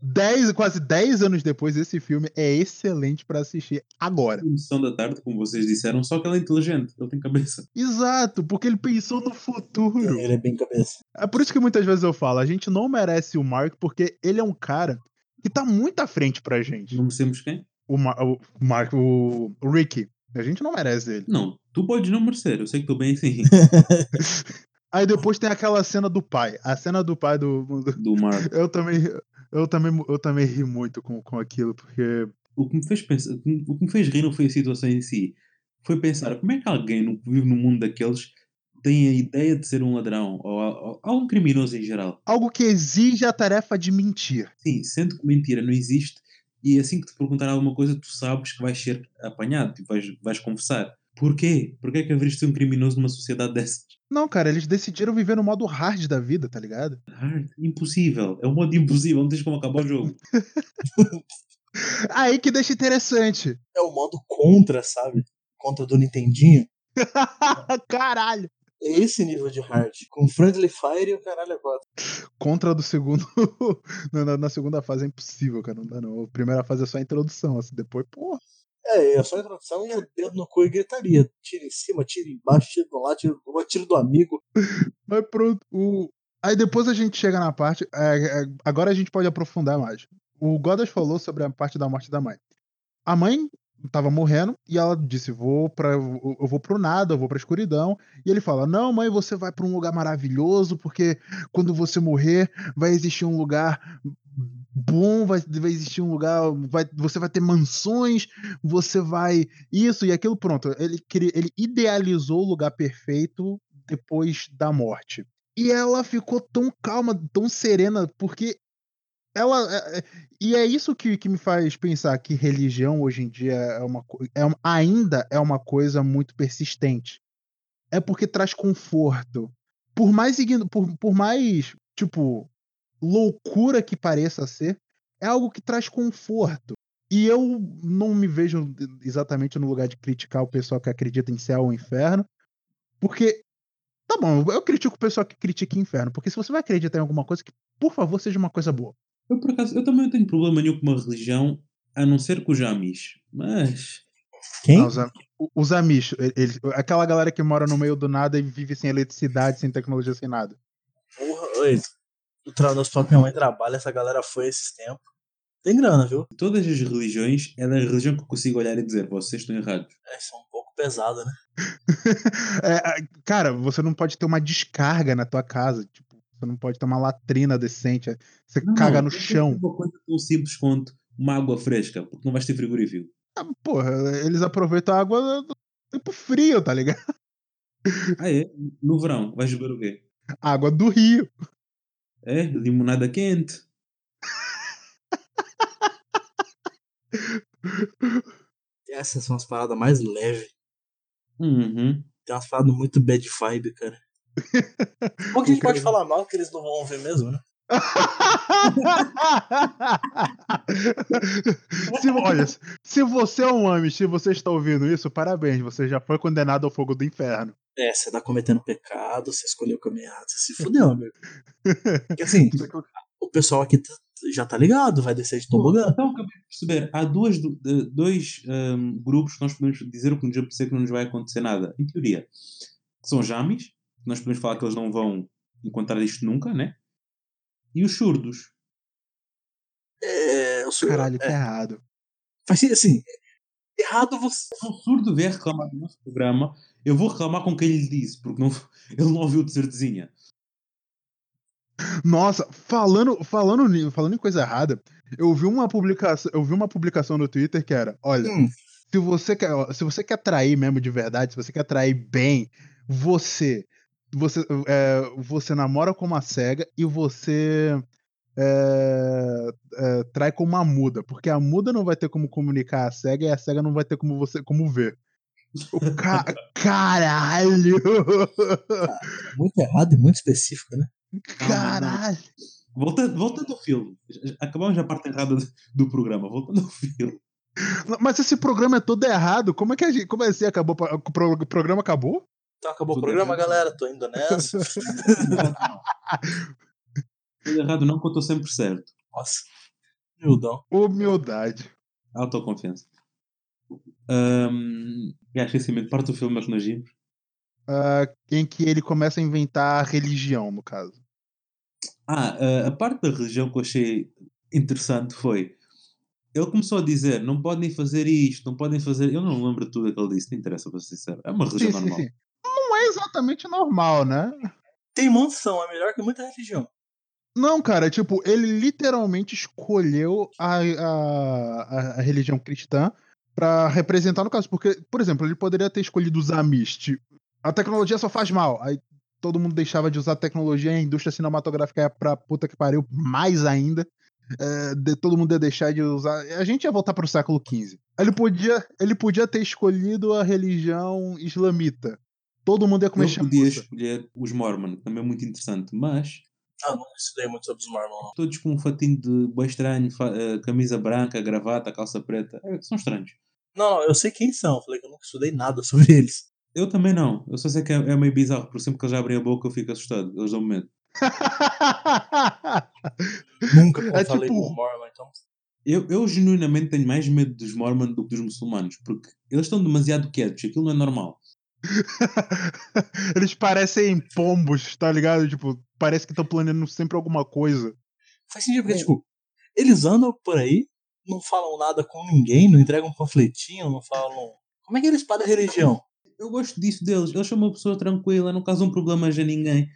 S2: Dez, quase 10 anos depois, esse filme é excelente pra assistir agora.
S1: Uma sessão da tarde, como vocês disseram, só que ele é inteligente, ele tem cabeça. *laughs*
S2: Exato, porque ele pensou no futuro.
S3: Ele é bem cabeça.
S2: É por isso que muitas vezes eu falo, a gente não merece o Mark porque ele é um cara que tá muito à frente pra gente.
S1: Não merecemos quem?
S2: O, Mar o Mark, o o Ricky. A gente não merece ele.
S1: Não, tu podes não merecer, eu sei que estou bem assim,
S2: Aí depois tem aquela cena do pai. A cena do pai do. do-
S1: do Mark.
S2: eu também. Eu também, eu também ri muito com, com aquilo, porque.
S1: O que me fez pensar, o que me fez rir não foi a situação em si, foi pensar como é que alguém no- que vive no mundo daqueles tem a ideia de ser um ladrão ou, ou, ou um criminoso em geral.
S2: algo que exige a tarefa de mentir.
S1: Sim, sendo que mentira não existe, e assim que te perguntar alguma coisa, tu sabes que vais ser apanhado e vais, vais confessar. Porquê? Porquê é que haverias de ser um criminoso numa sociedade dessas?
S2: Não, cara, eles decidiram viver no modo hard da vida, tá ligado?
S1: Hard, impossível. É um modo impossível, não tens como acabar o jogo.
S2: Aí que deixa interessante. *laughs*
S3: É o modo contra, sabe? Contra do Nintendinho.
S2: Caralho!
S3: É esse nível de hard. Com Friendly Fire e o caralho é quatro.
S2: Contra do segundo. *laughs* na, na- na segunda fase é impossível, cara. Não dá, não. A primeira fase é só a introdução, assim. Depois, porra.
S3: É, é só introdução e é dedo no cu e gritaria. Tira em cima, tira embaixo, tira do lado, tira do lado, tira do amigo.
S2: Mas pronto. O... Aí depois a gente chega na parte. é, é, agora a gente pode aprofundar mais. O Godas falou sobre a parte da morte da mãe. A mãe tava morrendo e ela disse: Vou para eu vou pro nada, eu vou pra escuridão. E ele fala: Não, mãe, você vai pra um lugar maravilhoso, porque quando você morrer, vai existir um lugar bom, vai, vai existir um lugar. Vai, você vai ter mansões, você vai. Isso e aquilo, pronto. Ele, cri- ele idealizou o lugar perfeito depois da morte. E ela ficou tão calma, tão serena, porque ela. é- é- E é isso que, que me faz pensar que religião hoje em dia é uma, co- é uma- ainda é uma coisa muito persistente. É porque traz conforto. Por mais, igno- por, por mais, tipo, loucura que pareça ser, é algo que traz conforto. E eu não me vejo exatamente no lugar de criticar o pessoal que acredita em céu ou inferno, porque Tá bom, eu critico o pessoal que critica inferno, porque se você vai acreditar em alguma coisa, que por favor seja uma coisa boa.
S1: Eu, por acaso, eu também não tenho problema nenhum com uma religião, a não ser com os Jamis. Mas.
S3: Quem?
S2: Ah, os, am- o- os Amish, e- eles- aquela galera que mora no meio do nada e vive sem eletricidade, sem tecnologia, sem nada. *laughs*
S3: Porra, oi. O tra- no hospital que minha mãe trabalha, essa galera foi esses tempos. Tem grana, viu?
S1: De todas as religiões, é da religião que eu consigo olhar e dizer, vocês estão errados.
S3: É, isso é um pouco pesado, né?
S2: É, a- cara, você não pode ter uma descarga na tua casa, tipo, você não pode ter uma latrina decente, é, você
S1: Não,
S2: caga
S1: não,
S2: no
S1: tem que
S2: chão.
S1: ser Uma coisa tão simples quanto uma água fresca, porque não vais ter frigorífico.
S2: Ah, porra, eles aproveitam a água do tempo frio, tá ligado?
S1: Ah, é? No verão, vais beber o quê?
S2: A água do rio.
S1: É? Limonada quente.
S3: Essas são as paradas mais leves.
S1: Uhum.
S3: Tem umas paradas muito bad vibe, cara.
S2: *laughs*
S3: Como que a gente pode falar mal que eles não vão ver mesmo, né?
S2: *laughs* se, olha, se você é um Amish e você está ouvindo isso, parabéns, você já foi condenado ao fogo do inferno.
S3: É, você tá cometendo pecado, você escolheu o caminho errado, você se fudeu, meu.
S2: *laughs*
S3: Porque assim,
S2: é
S3: o pessoal aqui tá- já tá ligado, vai descer de tobogã.
S1: Então, acabei de perceber, há duas, du- eh, dois ahm, grupos que nós podemos dizer o que nos acontecer que não nos vai acontecer nada, em teoria. Que são os jamis, que nós podemos falar que eles não vão encontrar isto nunca, né? E os surdos.
S3: É, eu sou,
S2: Caralho, que errado.
S3: Faz assim, assim, errado você.
S1: Se um surdo vier reclamar do nosso programa, eu vou reclamar com quem lhe disse, porque não, *laughs* ele não ouviu de certezinha.
S2: Nossa, falando, falando, ni- falando em coisa errada, eu vi uma publicação, eu vi uma publicação no Twitter que era, olha,
S3: Hum.
S2: se você quer, ó, se você quer atrair mesmo de verdade, se você quer atrair bem, você, você, é, você namora com uma cega e você é, é, trai com uma muda, porque a muda não vai ter como comunicar a cega e a cega não vai ter como você, como ver. O
S3: *laughs*
S2: ca- caralho,
S3: Muito errado e muito específico, né?
S2: caralho.
S1: Voltando, voltando ao filme, já- já- acabamos a parte errada do- do programa, voltando ao filme.
S2: Mas esse programa é todo errado. Como é que a gente, como é assim acabou? pa- O pro- o programa acabou? *laughs*
S3: Então acabou
S1: Tudo
S3: o programa,
S1: errado.
S3: galera. Tô indo nessa.
S1: Tudo errado não, que eu estou sempre certo.
S3: Nossa. Humildão.
S2: Humildade.
S1: Autoconfiança. Ahm, e acho esse meio parte do filme, mas nós vimos.
S2: Ah, em que ele começa a inventar religião, no caso.
S1: Ah, ah, a parte da religião que eu achei interessante foi. Ele começou a dizer: não podem fazer isto, não podem fazer. Eu não lembro tudo o que ele disse, não interessa, para ser sincero. É uma religião
S2: Sim, sim,
S1: normal.
S2: sim. Não é exatamente normal, né?
S3: Tem mansão, é melhor que muita religião.
S2: Não, cara, tipo, ele literalmente escolheu a, a, a- a religião cristã pra representar no caso. Porque, por exemplo, ele poderia ter escolhido usar a MIST. A tecnologia só faz mal. Aí todo mundo deixava de usar tecnologia e a indústria cinematográfica ia pra puta que pariu, mais ainda. É, de- todo mundo ia deixar de usar. A gente ia voltar pro século XV. Ele podia, ele podia ter escolhido a religião islamita. Todo mundo ia comer
S1: Ele podia
S2: *laughs* chamuça.
S1: escolher os Mormon, que também é muito interessante, mas
S3: Ah, não estudei muito sobre os Mormon, não.
S1: todos com um fatinho de boi estranho, fa- eh, camisa branca, gravata, calça preta. É, são estranhos.
S3: Não, não, eu sei quem são. Falei que eu nunca estudei nada *laughs* sobre eles.
S1: Eu também não. Eu só sei que é, é meio bizarro, porque sempre que eles abrem a boca eu fico assustado. Eles dão medo.
S3: Nunca pô,
S2: É
S3: falei
S2: tipo-
S3: com o Mormon, então.
S1: Eu, eu genuinamente tenho mais medo dos Mormon do que dos muçulmanos, porque eles estão demasiado quietos. Aquilo não é normal.
S2: Eles parecem pombos, tá ligado? Tipo, parece que estão planejando sempre alguma coisa.
S3: Faz sentido, porque,
S1: É.
S3: tipo, eles andam por aí, não falam nada com ninguém, não entregam um panfletinho, não falam. Como é que eles param a religião?
S1: Eu gosto disso deles. Eles são uma pessoa tranquila, não causam problemas a ninguém.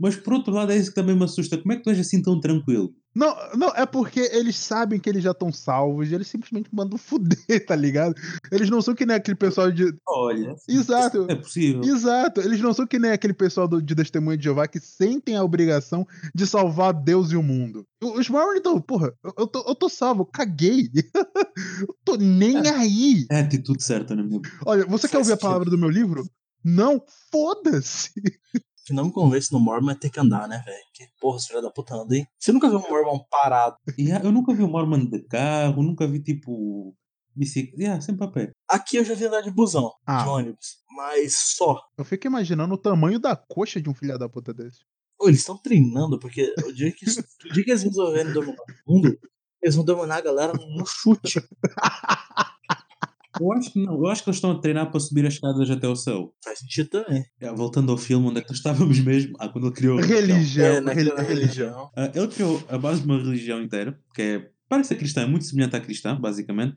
S1: Mas por outro lado, é isso que também me assusta. Como é que tu és assim tão tranquilo?
S2: Não, não, é porque eles sabem que eles já estão salvos, e eles simplesmente mandam *laughs* fuder, tá ligado? Eles não são que nem aquele pessoal de.
S1: Olha,
S2: Exato.
S1: é possível.
S2: Exato, eles não são que nem aquele pessoal do, de Testemunha de Jeová que sentem a obrigação de salvar Deus e o mundo. O- Os Mormons então, porra, eu, eu tô, eu tô salvo, caguei. *laughs* eu tô nem aí.
S1: É a atitude certa, na minha opinião.
S2: Olha, você quer
S3: Faz
S2: ouvir a
S3: sentido.
S2: palavra do meu livro? Não, foda-se.
S3: O que não me convence no Mormon é ter que andar, né, velho? Que porra, os filha da puta anda, hein? Você nunca viu um Mormon parado.
S1: E há- Eu nunca vi um Mormon de carro, nunca vi tipo. bicicleta. Yeah, sempre a pé.
S3: Aqui eu já vi andar de busão,
S2: Ah.
S3: de ônibus, mas só.
S2: Eu fico imaginando o tamanho da coxa de um filho da puta desse.
S3: Ô, eles estão treinando, porque o dia, que, isso- o dia que eles resolverem dominar o mundo, eles vão dominar a galera no chute.
S1: Eu acho que não. Eu acho que eles estão a treinar para subir as escadas até ao céu.
S3: Faz sentido também.
S1: É, Voltando ao filme, onde é que nós estávamos mesmo? Ah, quando ele criou. a religião.
S2: É, Religião,
S3: né,
S2: reli-
S3: aquela
S2: religião.
S3: *laughs*
S1: Ah, ele criou a base de uma religião inteira, que é. Parece ser cristã, é muito semelhante à cristã, basicamente.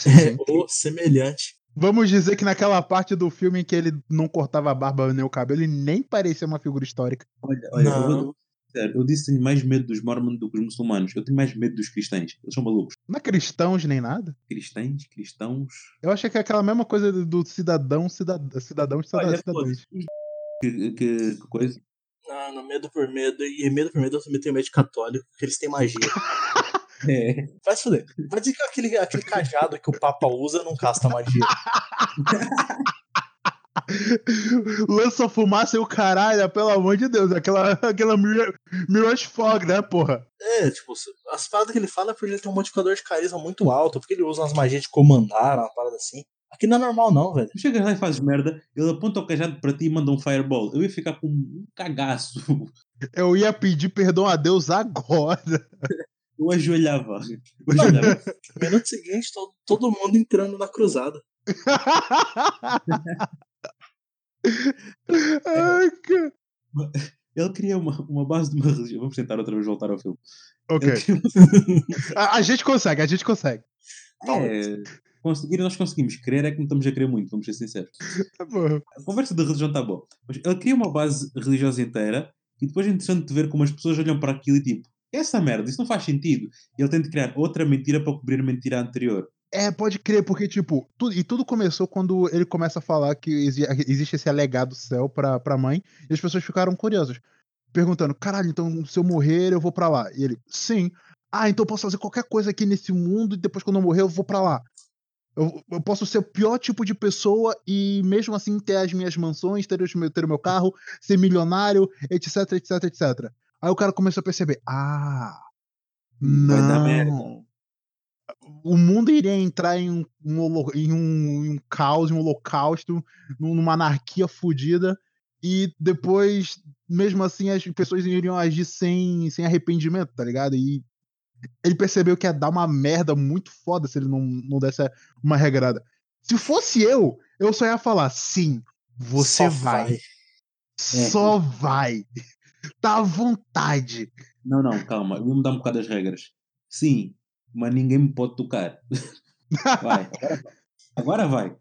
S2: Sim, sim.
S3: Ou semelhante.
S2: Vamos dizer que naquela parte do filme em que ele não cortava a barba nem o cabelo, ele nem parecia uma figura histórica.
S1: Olha, olha, eu vou-
S3: Não.
S1: Sério, eu disse que tenho mais medo dos mormons do que dos muçulmanos. Eu tenho mais medo dos cristãos. Eles são malucos.
S2: Não é cristãos nem nada.
S1: Cristãos, cristãos.
S2: Eu achei que é aquela mesma coisa do- do cidadão, cidadão, cidadão, cidadão,
S1: Olha,
S2: cidadãos.
S1: foda-se, os Que, que- que coisa.
S3: Não, não, medo por medo. E medo por medo eu também tenho medo de católico, porque eles têm magia.
S1: É.
S3: Vai se fuder. Vai dizer que aquele, aquele cajado que o Papa usa não casta magia.
S2: *laughs* Lança fumaça e o caralho, pelo amor de Deus. Aquela, aquela Mir- Mirage Fog, né, porra?
S3: É, tipo, as paradas que ele fala é porque ele tem um modificador de carisma muito alto, porque ele usa umas magias de comandar, uma parada assim. Aqui não é normal, não, velho.
S1: Tu chegas lá e fazes merda, ele aponta o cajado para ti e manda um fireball. Eu ia ficar com um cagaço. *laughs*
S2: Eu ia pedir perdão a Deus agora.
S1: Eu ajoelhava. Eu ajoelhava.
S3: No minuto seguinte, todo, todo mundo entrando na cruzada.
S2: *laughs* Ai, cara.
S1: Ele cria uma, uma base de uma religião. Vamos tentar outra vez voltar ao filme.
S2: Ok.
S1: Ele cria-
S2: A, a gente consegue, a gente consegue.
S3: Talvez.
S1: É, conseguir, nós conseguimos. Querer é que não estamos a querer muito, vamos ser sinceros.
S2: Tá bom.
S1: A conversa da religião está boa. Mas ele cria uma base religiosa inteira e depois é interessante ver como as pessoas olham para aquilo e tipo, "Que é essa merda, isso não faz sentido. E ele tenta criar outra mentira para cobrir a mentira anterior.
S2: É, pode crer, porque, tipo, tu- e tudo começou quando ele começa a falar que exi- existe esse alegado céu pra, pra mãe, e as pessoas ficaram curiosas, perguntando: caralho, então se eu morrer, eu vou pra lá. E ele, sim. Ah, então eu posso fazer qualquer coisa aqui nesse mundo e depois quando eu morrer, eu vou pra lá. Eu, eu posso ser o pior tipo de pessoa e mesmo assim ter as minhas mansões, ter, os meu, ter o meu carro, ser milionário, etc, etc, etc. Aí o cara começou a perceber: ah,
S1: Vai dar merda.
S2: não o mundo iria entrar em um, um holo- em um- em um caos, em um holocausto, num- numa anarquia fodida, e depois, mesmo assim, as pessoas iriam agir sem, sem arrependimento, tá ligado? E ele percebeu que ia dar uma merda muito foda se ele não, não desse uma regrada. Se fosse eu, eu só ia falar, sim, você
S3: Só
S2: vai, só vai. Tá à vontade.
S1: Não, não, calma, eu vou mudar um bocado as regras. Sim, mas ninguém me pode tocar. *laughs* Vai, agora vai. Agora vai.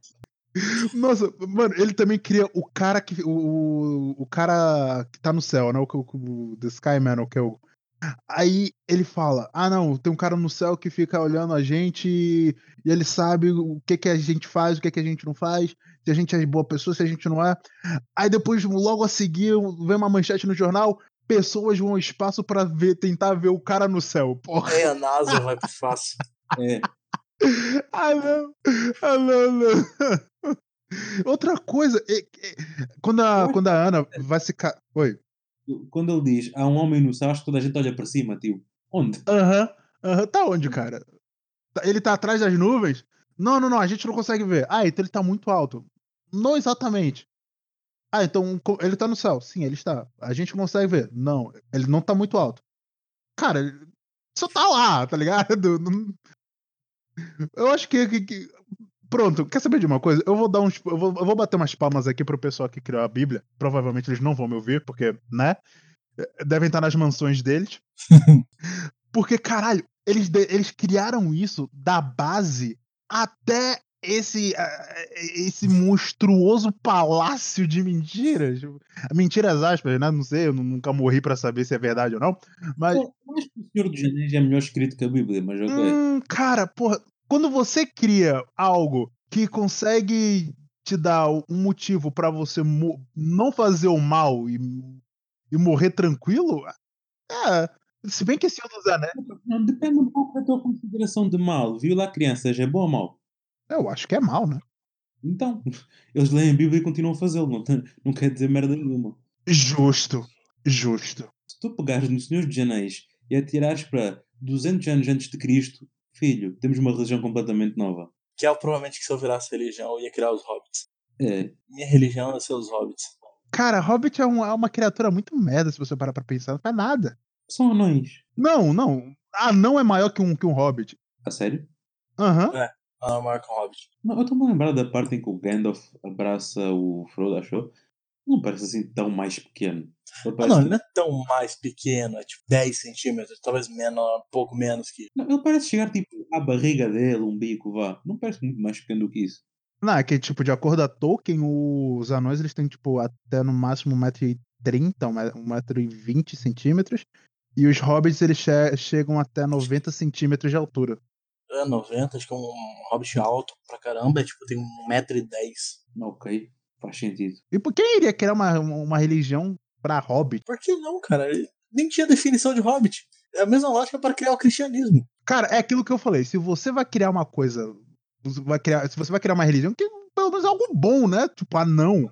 S2: Nossa, mano, ele também cria o cara que. O, o- o cara que tá no céu, né? O, o, o The Sky Man, que é o. Aí ele fala: Ah, não, tem um cara no céu que fica olhando a gente e ele sabe o que, que a gente faz, o que, que a gente não faz, se a gente é boa pessoa, se a gente não é. Aí depois, logo a seguir, vem uma manchete no jornal: pessoas vão ao espaço pra ver, tentar ver o cara no céu. Porra.
S3: É, a NASA vai pro fácil.
S1: É,
S2: Ah, não. Ah, não, não. *laughs* Outra coisa, é- é- quando, a, quando a Ana vai se. Ca... Oi.
S1: quando ele diz há um homem no céu, acho que toda a gente olha para cima, tio. Onde?
S2: Aham. aham. Tá onde, cara? Tá- Ele tá atrás das nuvens? Não, não, não, a gente não consegue ver. Ah, então ele tá muito alto. Não exatamente. Ah, então co- ele tá no céu. Sim, ele está. A gente não consegue ver. Não, ele não tá muito alto. Cara, ele só tá lá, tá ligado? *laughs* Não- Eu acho que, que- que- Pronto, quer saber de uma coisa? Eu vou dar uns. Eu vou, eu vou bater umas palmas aqui pro pessoal que criou a Bíblia. Provavelmente eles não vão me ouvir, porque, né? Devem estar nas mansões deles. Porque, caralho, eles, de- eles criaram isso da base até esse, ah, esse monstruoso palácio de mentiras. Mentiras aspas, né? Não sei, eu nu- nunca morri pra saber se é verdade ou não. Mas,
S1: Eu acho que o Senhor dos Anéis é melhor escrito que a Bíblia, mas ok.
S2: hum, cara, porra, quando você cria algo que consegue te dar um motivo pra você mo- não fazer o mal e, e morrer tranquilo, é. Se bem que esse Senhor dos Anéis.
S1: Não, depende um pouco da tua consideração de mal. Violar crianças é bom ou mal?
S2: Eu acho que é mal, né?
S1: Então, *laughs* eles leem a Bíblia e continuam a fazê-lo. Não, tem- não quer dizer merda nenhuma.
S2: Justo, justo.
S1: Se tu pegares no Senhor dos Anéis e atirares para 200 anos antes de Cristo, filho, temos uma religião completamente nova.
S3: Que é provavelmente que se eu virasse religião, eu ia criar os hobbits.
S1: É,
S3: Minha religião ia ser os hobbits.
S2: Cara, Hobbit é, um- é uma criatura muito merda, se você parar pra pensar, não faz nada.
S1: são anões.
S2: Não, não. Ah, não é maior que um, que um Hobbit.
S1: A sério?
S2: Aham.
S3: Ah, marca um hobbit.
S1: Não, eu estou-me a lembrar da parte em que o Gandalf abraça o Frodo, achou? Não parece assim tão mais pequeno. Ele
S3: Ah,
S1: parece,
S3: não, ele não é tão mais pequeno, é tipo 10 centímetros, talvez menor, um pouco menos que.
S1: não, ele parece chegar tipo à barriga dele, um bico, vá. Não parece muito mais pequeno do que isso.
S2: Não, é que, tipo, de acordo a Tolkien, os anões, eles têm, tipo, até no máximo 1,30m, 1,20m. E os hobbits, eles che- chegam até 90 centímetros de altura.
S3: É 90, acho que é um hobbit alto pra caramba, é tipo, tem 1,10m.
S1: Ok, faz sentido.
S2: E por quem iria criar uma, uma religião pra hobbit?
S3: Por que não, cara? Ele nem tinha definição de hobbit. É a mesma lógica para criar o cristianismo.
S2: Cara, é aquilo que eu falei. Se você vai criar uma coisa, você vai criar, se você vai criar uma religião, que pelo menos é algo bom, né? Tipo, anão.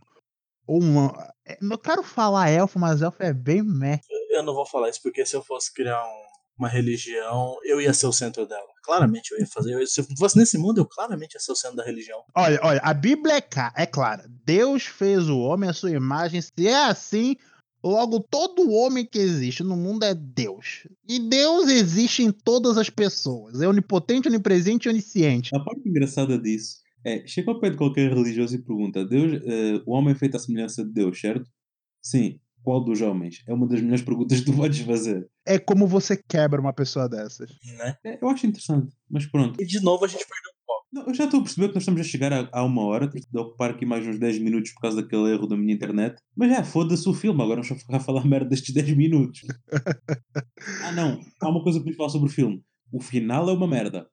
S2: Ou uma. é, Não quero falar elfo, mas elfo é bem meh.
S3: Eu não vou falar isso porque se eu fosse criar um- uma religião, eu ia ser o centro dela. Claramente eu ia fazer. eu- se eu fosse nesse mundo, eu claramente ia ser o centro da religião.
S2: Olha, olha, a Bíblia é, ca- é clara. Deus fez o homem à sua imagem. Se é assim, logo todo homem que existe no mundo é Deus. E Deus existe em todas as pessoas. É onipotente, onipresente e onisciente.
S1: A parte engraçada disso é: chega ao pé de qualquer religioso e pergunta, Deus, eh, o homem é feito à semelhança de Deus, certo? Sim. Qual dos homens? É uma das melhores perguntas que tu podes fazer.
S2: É como você quebra uma pessoa dessas.
S3: Né?
S1: É, eu acho interessante, mas pronto.
S3: E de novo a gente perdeu.
S1: Não, eu já estou a perceber que nós estamos a chegar a, a uma hora, tenho de ocupar aqui mais uns 10 minutos por causa daquele erro da minha internet. Mas é, foda-se o filme, agora vamos só ficar a falar *laughs* merda destes 10 *laughs* minutos. ah, não, há uma coisa que eu falar sobre o filme. O final é uma merda,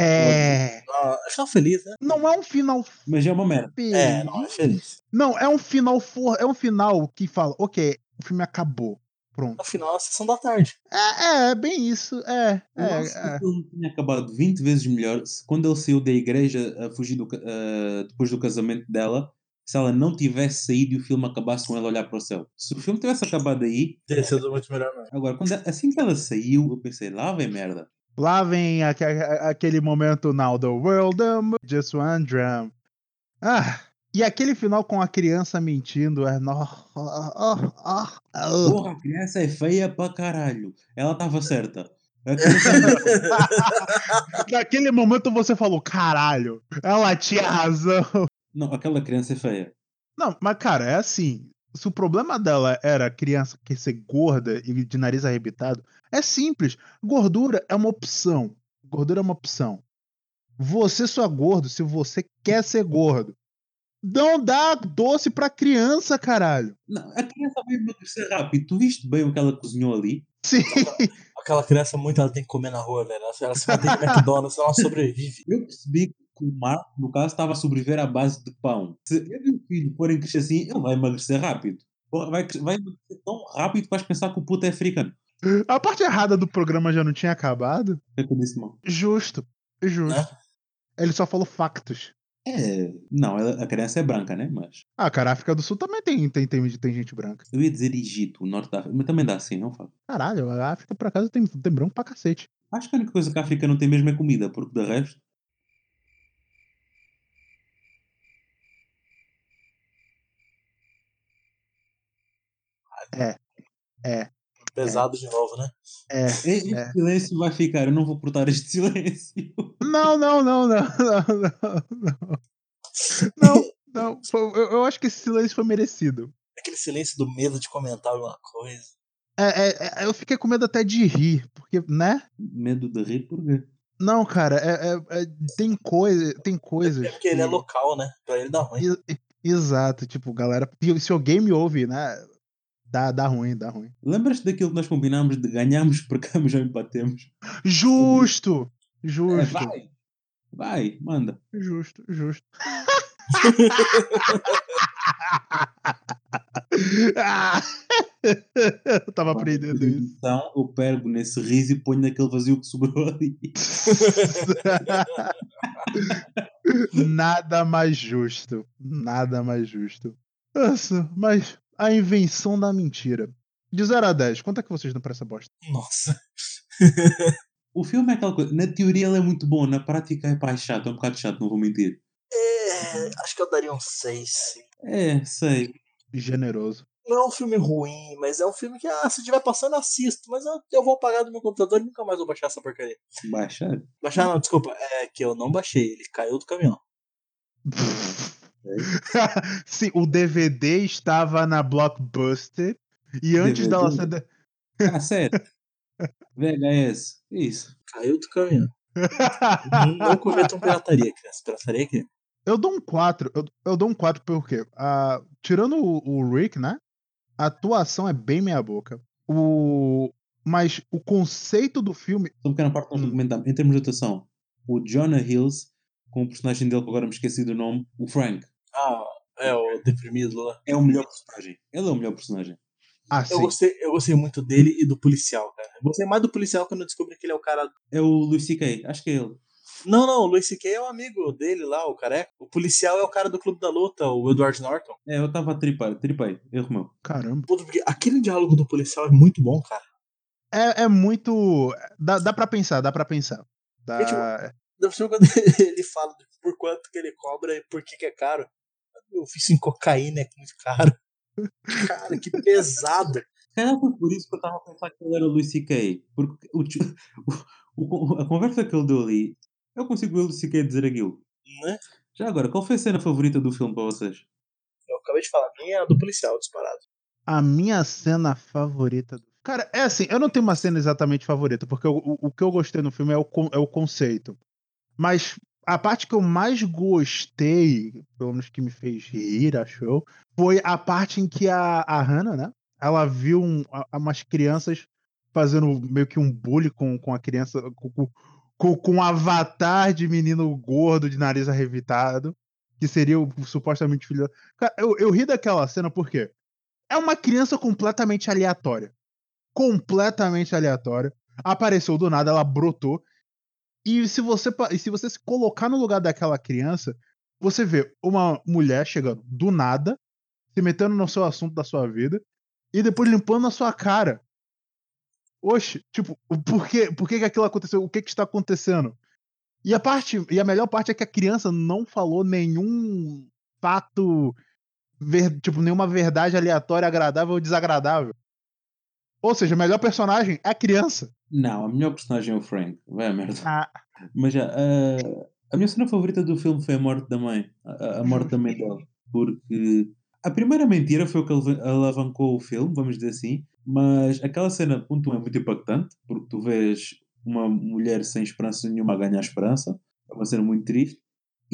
S2: É.
S3: Ah, eu estava feliz, né?
S2: Não é um final
S1: mas é uma merda.
S2: feliz.
S3: É, não, é feliz.
S2: Não, é um final for, é um final que fala, ok, o filme acabou. Pronto.
S3: No final, a sessão da tarde.
S2: É, é, é bem isso. É,
S1: Eu acho que
S2: é,
S1: o
S2: é.
S1: filme então tinha acabado 20 vezes melhor se quando ele saiu da igreja a fugir do ca- ah, depois do casamento dela, se ela não tivesse saído e o filme acabasse com ela a olhar para o céu. Se o filme tivesse acabado aí,
S3: Teria sido muito melhor mesmo.
S1: agora, quando ela- assim que ela saiu, eu pensei, lá vem merda.
S2: Lá vem aque- aquele momento now the world um, just one drum. Ah, e aquele final com a criança mentindo é no... ah, ah, ah.
S1: Porra, a criança é feia pra caralho. Ela estava certa. A criança-
S2: Naquele momento você falou, caralho, ela tinha razão.
S1: *laughs* não, aquela criança é feia.
S2: Não, mas cara, é assim. Se o problema dela era a criança que ser gorda e de nariz arrebitado, é simples. Gordura é uma opção. Gordura é uma opção. Você só é gordo se você quer ser gordo. Não dá doce pra criança, caralho.
S1: Não, a criança vai emagrecer rápido. Tu viste bem o que ela cozinhou ali?
S2: Sim. *laughs*
S3: Aquela criança muito, ela tem que comer na rua, velho. Ela, ela se mantém de McDonald's, ela sobrevive.
S1: Eu percebi que o Marco, no caso, estava a sobreviver à base de pão. Se eu e o filho forem crescer assim, ele vai emagrecer rápido. Porra, Vai, cres- vai emagrecer tão rápido que vais pensar que o puto é africano.
S2: A parte errada do programa já não tinha acabado?
S1: O que é que eu disse, mal?
S2: Justo. Justo. Ele só falou factos.
S1: É, não, ela- a criança é branca, né? Mas
S2: Ah, cara, a África do Sul também tem, tem, tem, tem gente branca.
S1: eu ia dizer Egito, o Norte da África, mas também dá assim, não fala.
S2: Caralho, a África, por acaso, tem, tem branco pra cacete.
S1: Acho que a única coisa que a África não tem mesmo é comida, porque de resto.
S3: Pesado de novo, né?
S2: É.
S1: Este
S2: É.
S1: silêncio vai ficar, eu não vou cortar este *laughs* silêncio.
S2: Não, não, não, *laughs* não, não, não, não. Não, não. foi- Eu, eu acho que esse silêncio foi merecido.
S3: Aquele silêncio do medo de comentar alguma coisa.
S2: É, é, é, eu fiquei com medo até de rir, porque, né?
S1: Medo de rir, porquê?
S2: Não, cara, é, é- é- tem coisa, tem coisas.
S3: É porque ele é
S2: que-
S3: local, né? Pra ele dá ruim.
S2: e- e- Exato, tipo, galera, se- se alguém me ouve, né? Dá, dá ruim, dá ruim.
S1: Lembras-te daquilo que nós combinámos de ganhamos, *laughs* percamos ou empatemos?
S2: Justo!
S1: É,
S2: Justo,
S1: vai! Vai, manda.
S2: justo, justo.
S3: É,
S2: Ah, *laughs* eu tava aprendendo isso.
S1: Então eu pego nesse riso e ponho naquele vazio que sobrou ali.
S2: *laughs* Nada mais justo. Nada mais justo. Nossa, mas a invenção da mentira. De 0 a 10, quanto é que vocês dão pra essa bosta?
S3: Nossa.
S1: O filme é aquela coisa. Na teoria ele é muito bom, na prática é pá, é chato, é um bocado chato, não vou mentir.
S3: É, acho que eu daria um 6.
S1: É, sei.
S2: Generoso. *laughs*
S3: Não é um filme ruim, mas é um filme que, ah, se estiver passando, assisto. Mas eu, eu vou apagar do meu computador e nunca mais vou baixar essa porcaria.
S1: Baixar.
S3: Baixar não, desculpa. É que eu não baixei, ele caiu do caminhão.
S2: Sim, o DVD estava na Blockbuster. E antes
S1: DVD?
S2: dela ser. de- *laughs*
S1: Cassete. VHS. Isso.
S3: Caiu do caminhão. Não, não cometam pirataria, criança. Pirataria é crime.
S2: Eu dou um 4. Eu, eu dou um 4 porque, ah, tirando o, o Rick, né? A atuação é bem meia-boca. O... Mas o conceito do filme.
S1: Só um pequena parte que nós
S2: Hum.
S1: não comentámos. Em termos de atuação, o Jonah Hills, com o personagem dele que agora me esqueci do nome, o Frank,
S3: Ah, é o deprimido lá.
S1: é o melhor personagem. Ele é o melhor personagem.
S2: Ah,
S3: Eu
S2: sim.
S3: gostei, eu gostei muito dele e do policial, cara. Eu gostei mais do policial quando eu descobri que ele é o cara.
S1: É o Luís C.K., acho que é ele.
S3: Não, não, o Luis C.K. é o amigo dele lá, o careca. O policial é o cara do Clube da Luta, o Edward Norton.
S1: É, eu estava a tripar, tripei, erro meu.
S2: Caramba.
S3: Puta, porque aquele diálogo do policial é muito bom, cara.
S2: É, é muito. Dá, dá pra pensar, dá pra pensar. Dá-
S3: É Deve ser quando *laughs* ele fala de por quanto que ele cobra e por que, que é caro. Eu fiz em cocaína, é muito caro. *laughs* Cara, que pesado.
S1: Se calhar foi por isso que eu estava a pensar que ele era o Luís C.K. Porque o, tio- *laughs* o- o- a conversa que ele deu ali, eu consigo ver o Luís C.K. dizer aquilo.
S3: Né?
S1: Já agora, qual foi a cena favorita do filme para vocês?
S3: Eu acabei de falar, a minha é a do policial disparado.
S2: A minha cena favorita. do- Cara, é assim, eu não tenho uma cena exatamente favorita, porque o, o- o que eu gostei no filme é o, con- é o conceito. Mas a parte que eu mais gostei, pelo menos que me fez rir, achou, foi a parte em que a, a Hannah, né? Ela viu um- a- a- umas crianças fazendo meio que um bullying com, com a criança, com, com- com, com um avatar de menino gordo de nariz arrebitado, que seria o, supostamente filho. da- Cara, eu, eu ri daquela cena por quê? É uma criança completamente aleatória. Completamente aleatória. Apareceu do nada, ela brotou. E se você, pa- e se, você se colocar no lugar daquela criança, você vê uma mulher chegando do nada, se metendo no seu assunto da sua vida, e depois limpando a sua cara. Oxe, tipo, o- por, quê? por que, que aquilo aconteceu? O que, que está acontecendo? E a parte, e a melhor parte é que a criança não falou nenhum fato ver- tipo, nenhuma verdade aleatória, agradável ou desagradável. Ou seja, o melhor personagem é a criança.
S1: Não, a melhor personagem é o Frank. Vai a merda.
S2: Ah,
S1: Mas já, ah, a minha cena favorita do filme foi a morte da mãe. A, a- a morte da mãe dele. Porque a primeira mentira foi o que alava- alavancou o filme, vamos dizer assim. Mas aquela cena, ponto um, é muito impactante. Porque tu vês uma mulher sem esperança nenhuma a ganhar esperança. É uma cena muito triste.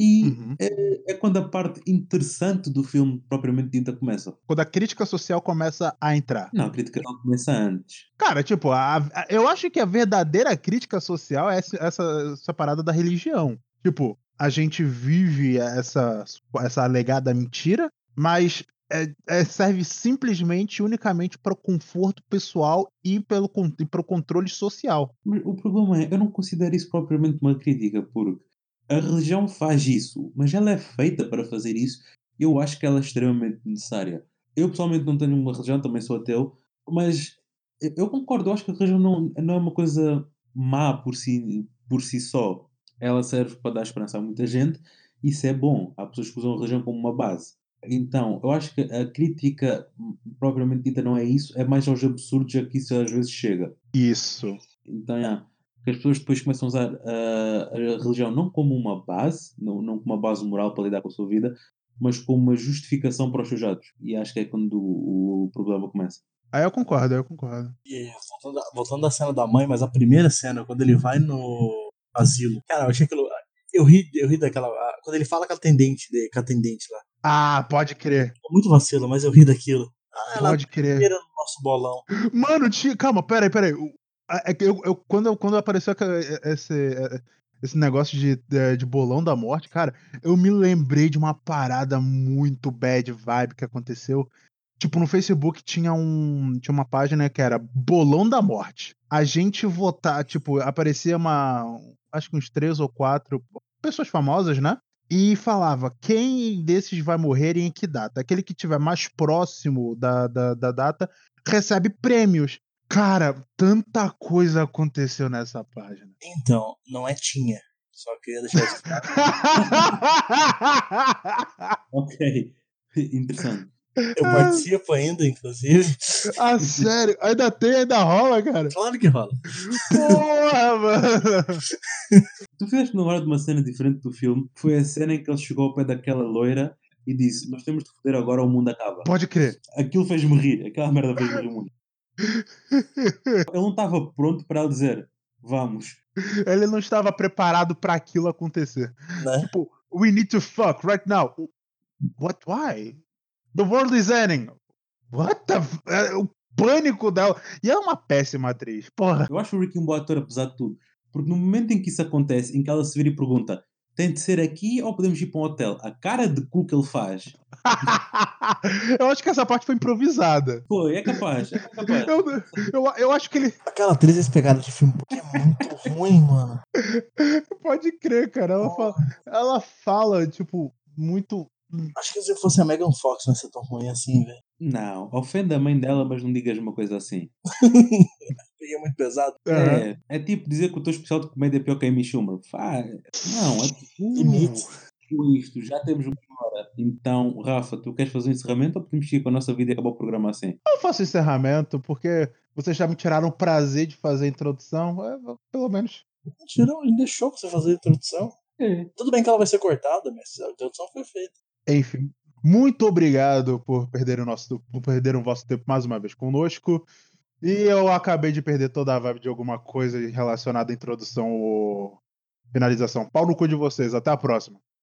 S1: E
S2: Uhum.
S1: é, é quando a parte interessante do filme propriamente dita começa.
S2: Quando a crítica social começa a entrar.
S1: Não, a crítica não começa antes.
S2: Cara, tipo, a- a- eu acho que a verdadeira crítica social é essa, essa- essa parada da religião. Tipo, a gente vive essa, essa alegada mentira, mas é- é- serve simplesmente e unicamente para o conforto pessoal e para o controle social.
S1: Mas o problema é, eu não considero isso propriamente uma crítica, porque a religião faz isso, mas ela é feita para fazer isso e eu acho que ela é extremamente necessária. Eu pessoalmente não tenho uma religião, também sou ateu, mas eu- eu concordo, eu acho que a religião não, não é uma coisa má por si, por si só. Ela serve para dar esperança a muita gente, isso é bom. Há pessoas que usam a religião como uma base. Então, eu acho que a crítica hum, propriamente dita não é isso, é mais aos absurdos a que isso às vezes chega.
S2: Isso.
S1: Então, é, que as pessoas depois começam a usar ah, a religião não como uma base, não, não como uma base moral para lidar com a sua vida, mas como uma justificação para os seus atos. E acho que é quando o, o problema começa.
S2: Aí eu concordo, aí eu concordo.
S3: E voltando, a- voltando à cena da mãe, mas a primeira cena, quando ele vai no asilo. Cara, eu achei aquilo. Eu ri, eu ri daquela. a- Quando ele fala com a atendente, de, com a atendente lá.
S2: Ah, pode crer.
S3: Foi Muito vacilo, mas eu ri daquilo. Ah, ela
S2: Pode crer.
S3: primeira no nosso bolão.
S2: Mano, tinha. Calma, peraí, peraí. O- a- É que eu, eu- quando, quando apareceu aquela- e- esse, é, esse negócio de, é, de bolão da morte, cara, eu me lembrei de uma parada muito bad vibe que aconteceu. Tipo, no Facebook tinha um. Tinha uma página que era Bolão da Morte. A gente votar, tipo, aparecia uma. Acho que uns três ou quatro pessoas famosas, né? e falava quem desses vai morrer e em que data. Aquele que tiver mais próximo da, da, da data recebe prêmios. Cara, tanta coisa aconteceu nessa página.
S3: Então, não é tinha. Só queria deixar isso claro.
S1: Ok, *laughs* interessante.
S3: Eu participo ainda, inclusive.
S2: *laughs* ah, sério? Ainda tem, ainda rola, cara?
S3: *laughs* Claro que rola.
S2: Porra, mano!
S1: Tu fizeste me lembrar de uma cena diferente do filme, que foi a cena em que ele chegou ao pé daquela loira e disse: Nós temos de foder agora ou o mundo acaba.
S2: Pode crer.
S1: Aquilo fez-me rir, aquela merda fez-me rir muito. Ele não estava pronto para ela dizer: Vamos.
S2: Ele não estava preparado pra aquilo acontecer.
S3: Né?
S2: Tipo, we need to fuck right now. What? Why? The world is ending. What the? f- é, O pânico dela. E ela é uma péssima atriz. Porra. *laughs*
S1: Eu acho o Rick um bom ator, apesar de tudo. Porque no momento em que isso acontece, em que ela se vira e pergunta tem de ser aqui ou podemos ir para um hotel? A cara de cu que ele faz.
S2: eu acho que essa parte foi improvisada.
S1: Pô, é capaz, é
S2: *laughs*
S1: capaz.
S2: Eu, eu, eu acho que ele.
S3: Aquela atriz eles pegaram de filme porque é muito ruim, mano.
S2: Pode crer, cara. Ela, fala, ela fala, tipo, muito.
S3: Acho que se fosse a Megan Fox não ia ser tão ruim assim, velho.
S1: Não, ofenda a mãe dela, mas não digas uma coisa assim.
S3: Peguei muito pesado.
S2: uh.
S1: É, é tipo dizer que o teu especial de comédia é pior que a Amy Schumer. Fá, não, é
S3: Limite.
S1: com isto, já temos uma hora. Então, Rafa, tu queres fazer um encerramento ou podemos ir com a nossa vida e acabar o programa assim?
S2: Eu faço encerramento porque vocês já me tiraram o prazer de fazer a introdução. é, Pelo menos.
S3: Tirou, ele deixou você fazer a introdução.
S1: É.
S3: Tudo bem que ela vai ser cortada, mas a introdução foi feita.
S2: Enfim, muito obrigado por perderem o, nosso, por perderem o vosso tempo mais uma vez conosco. E eu acabei de perder toda a vibe de alguma coisa relacionada à introdução ou finalização. Pau no cu de vocês. Até a próxima.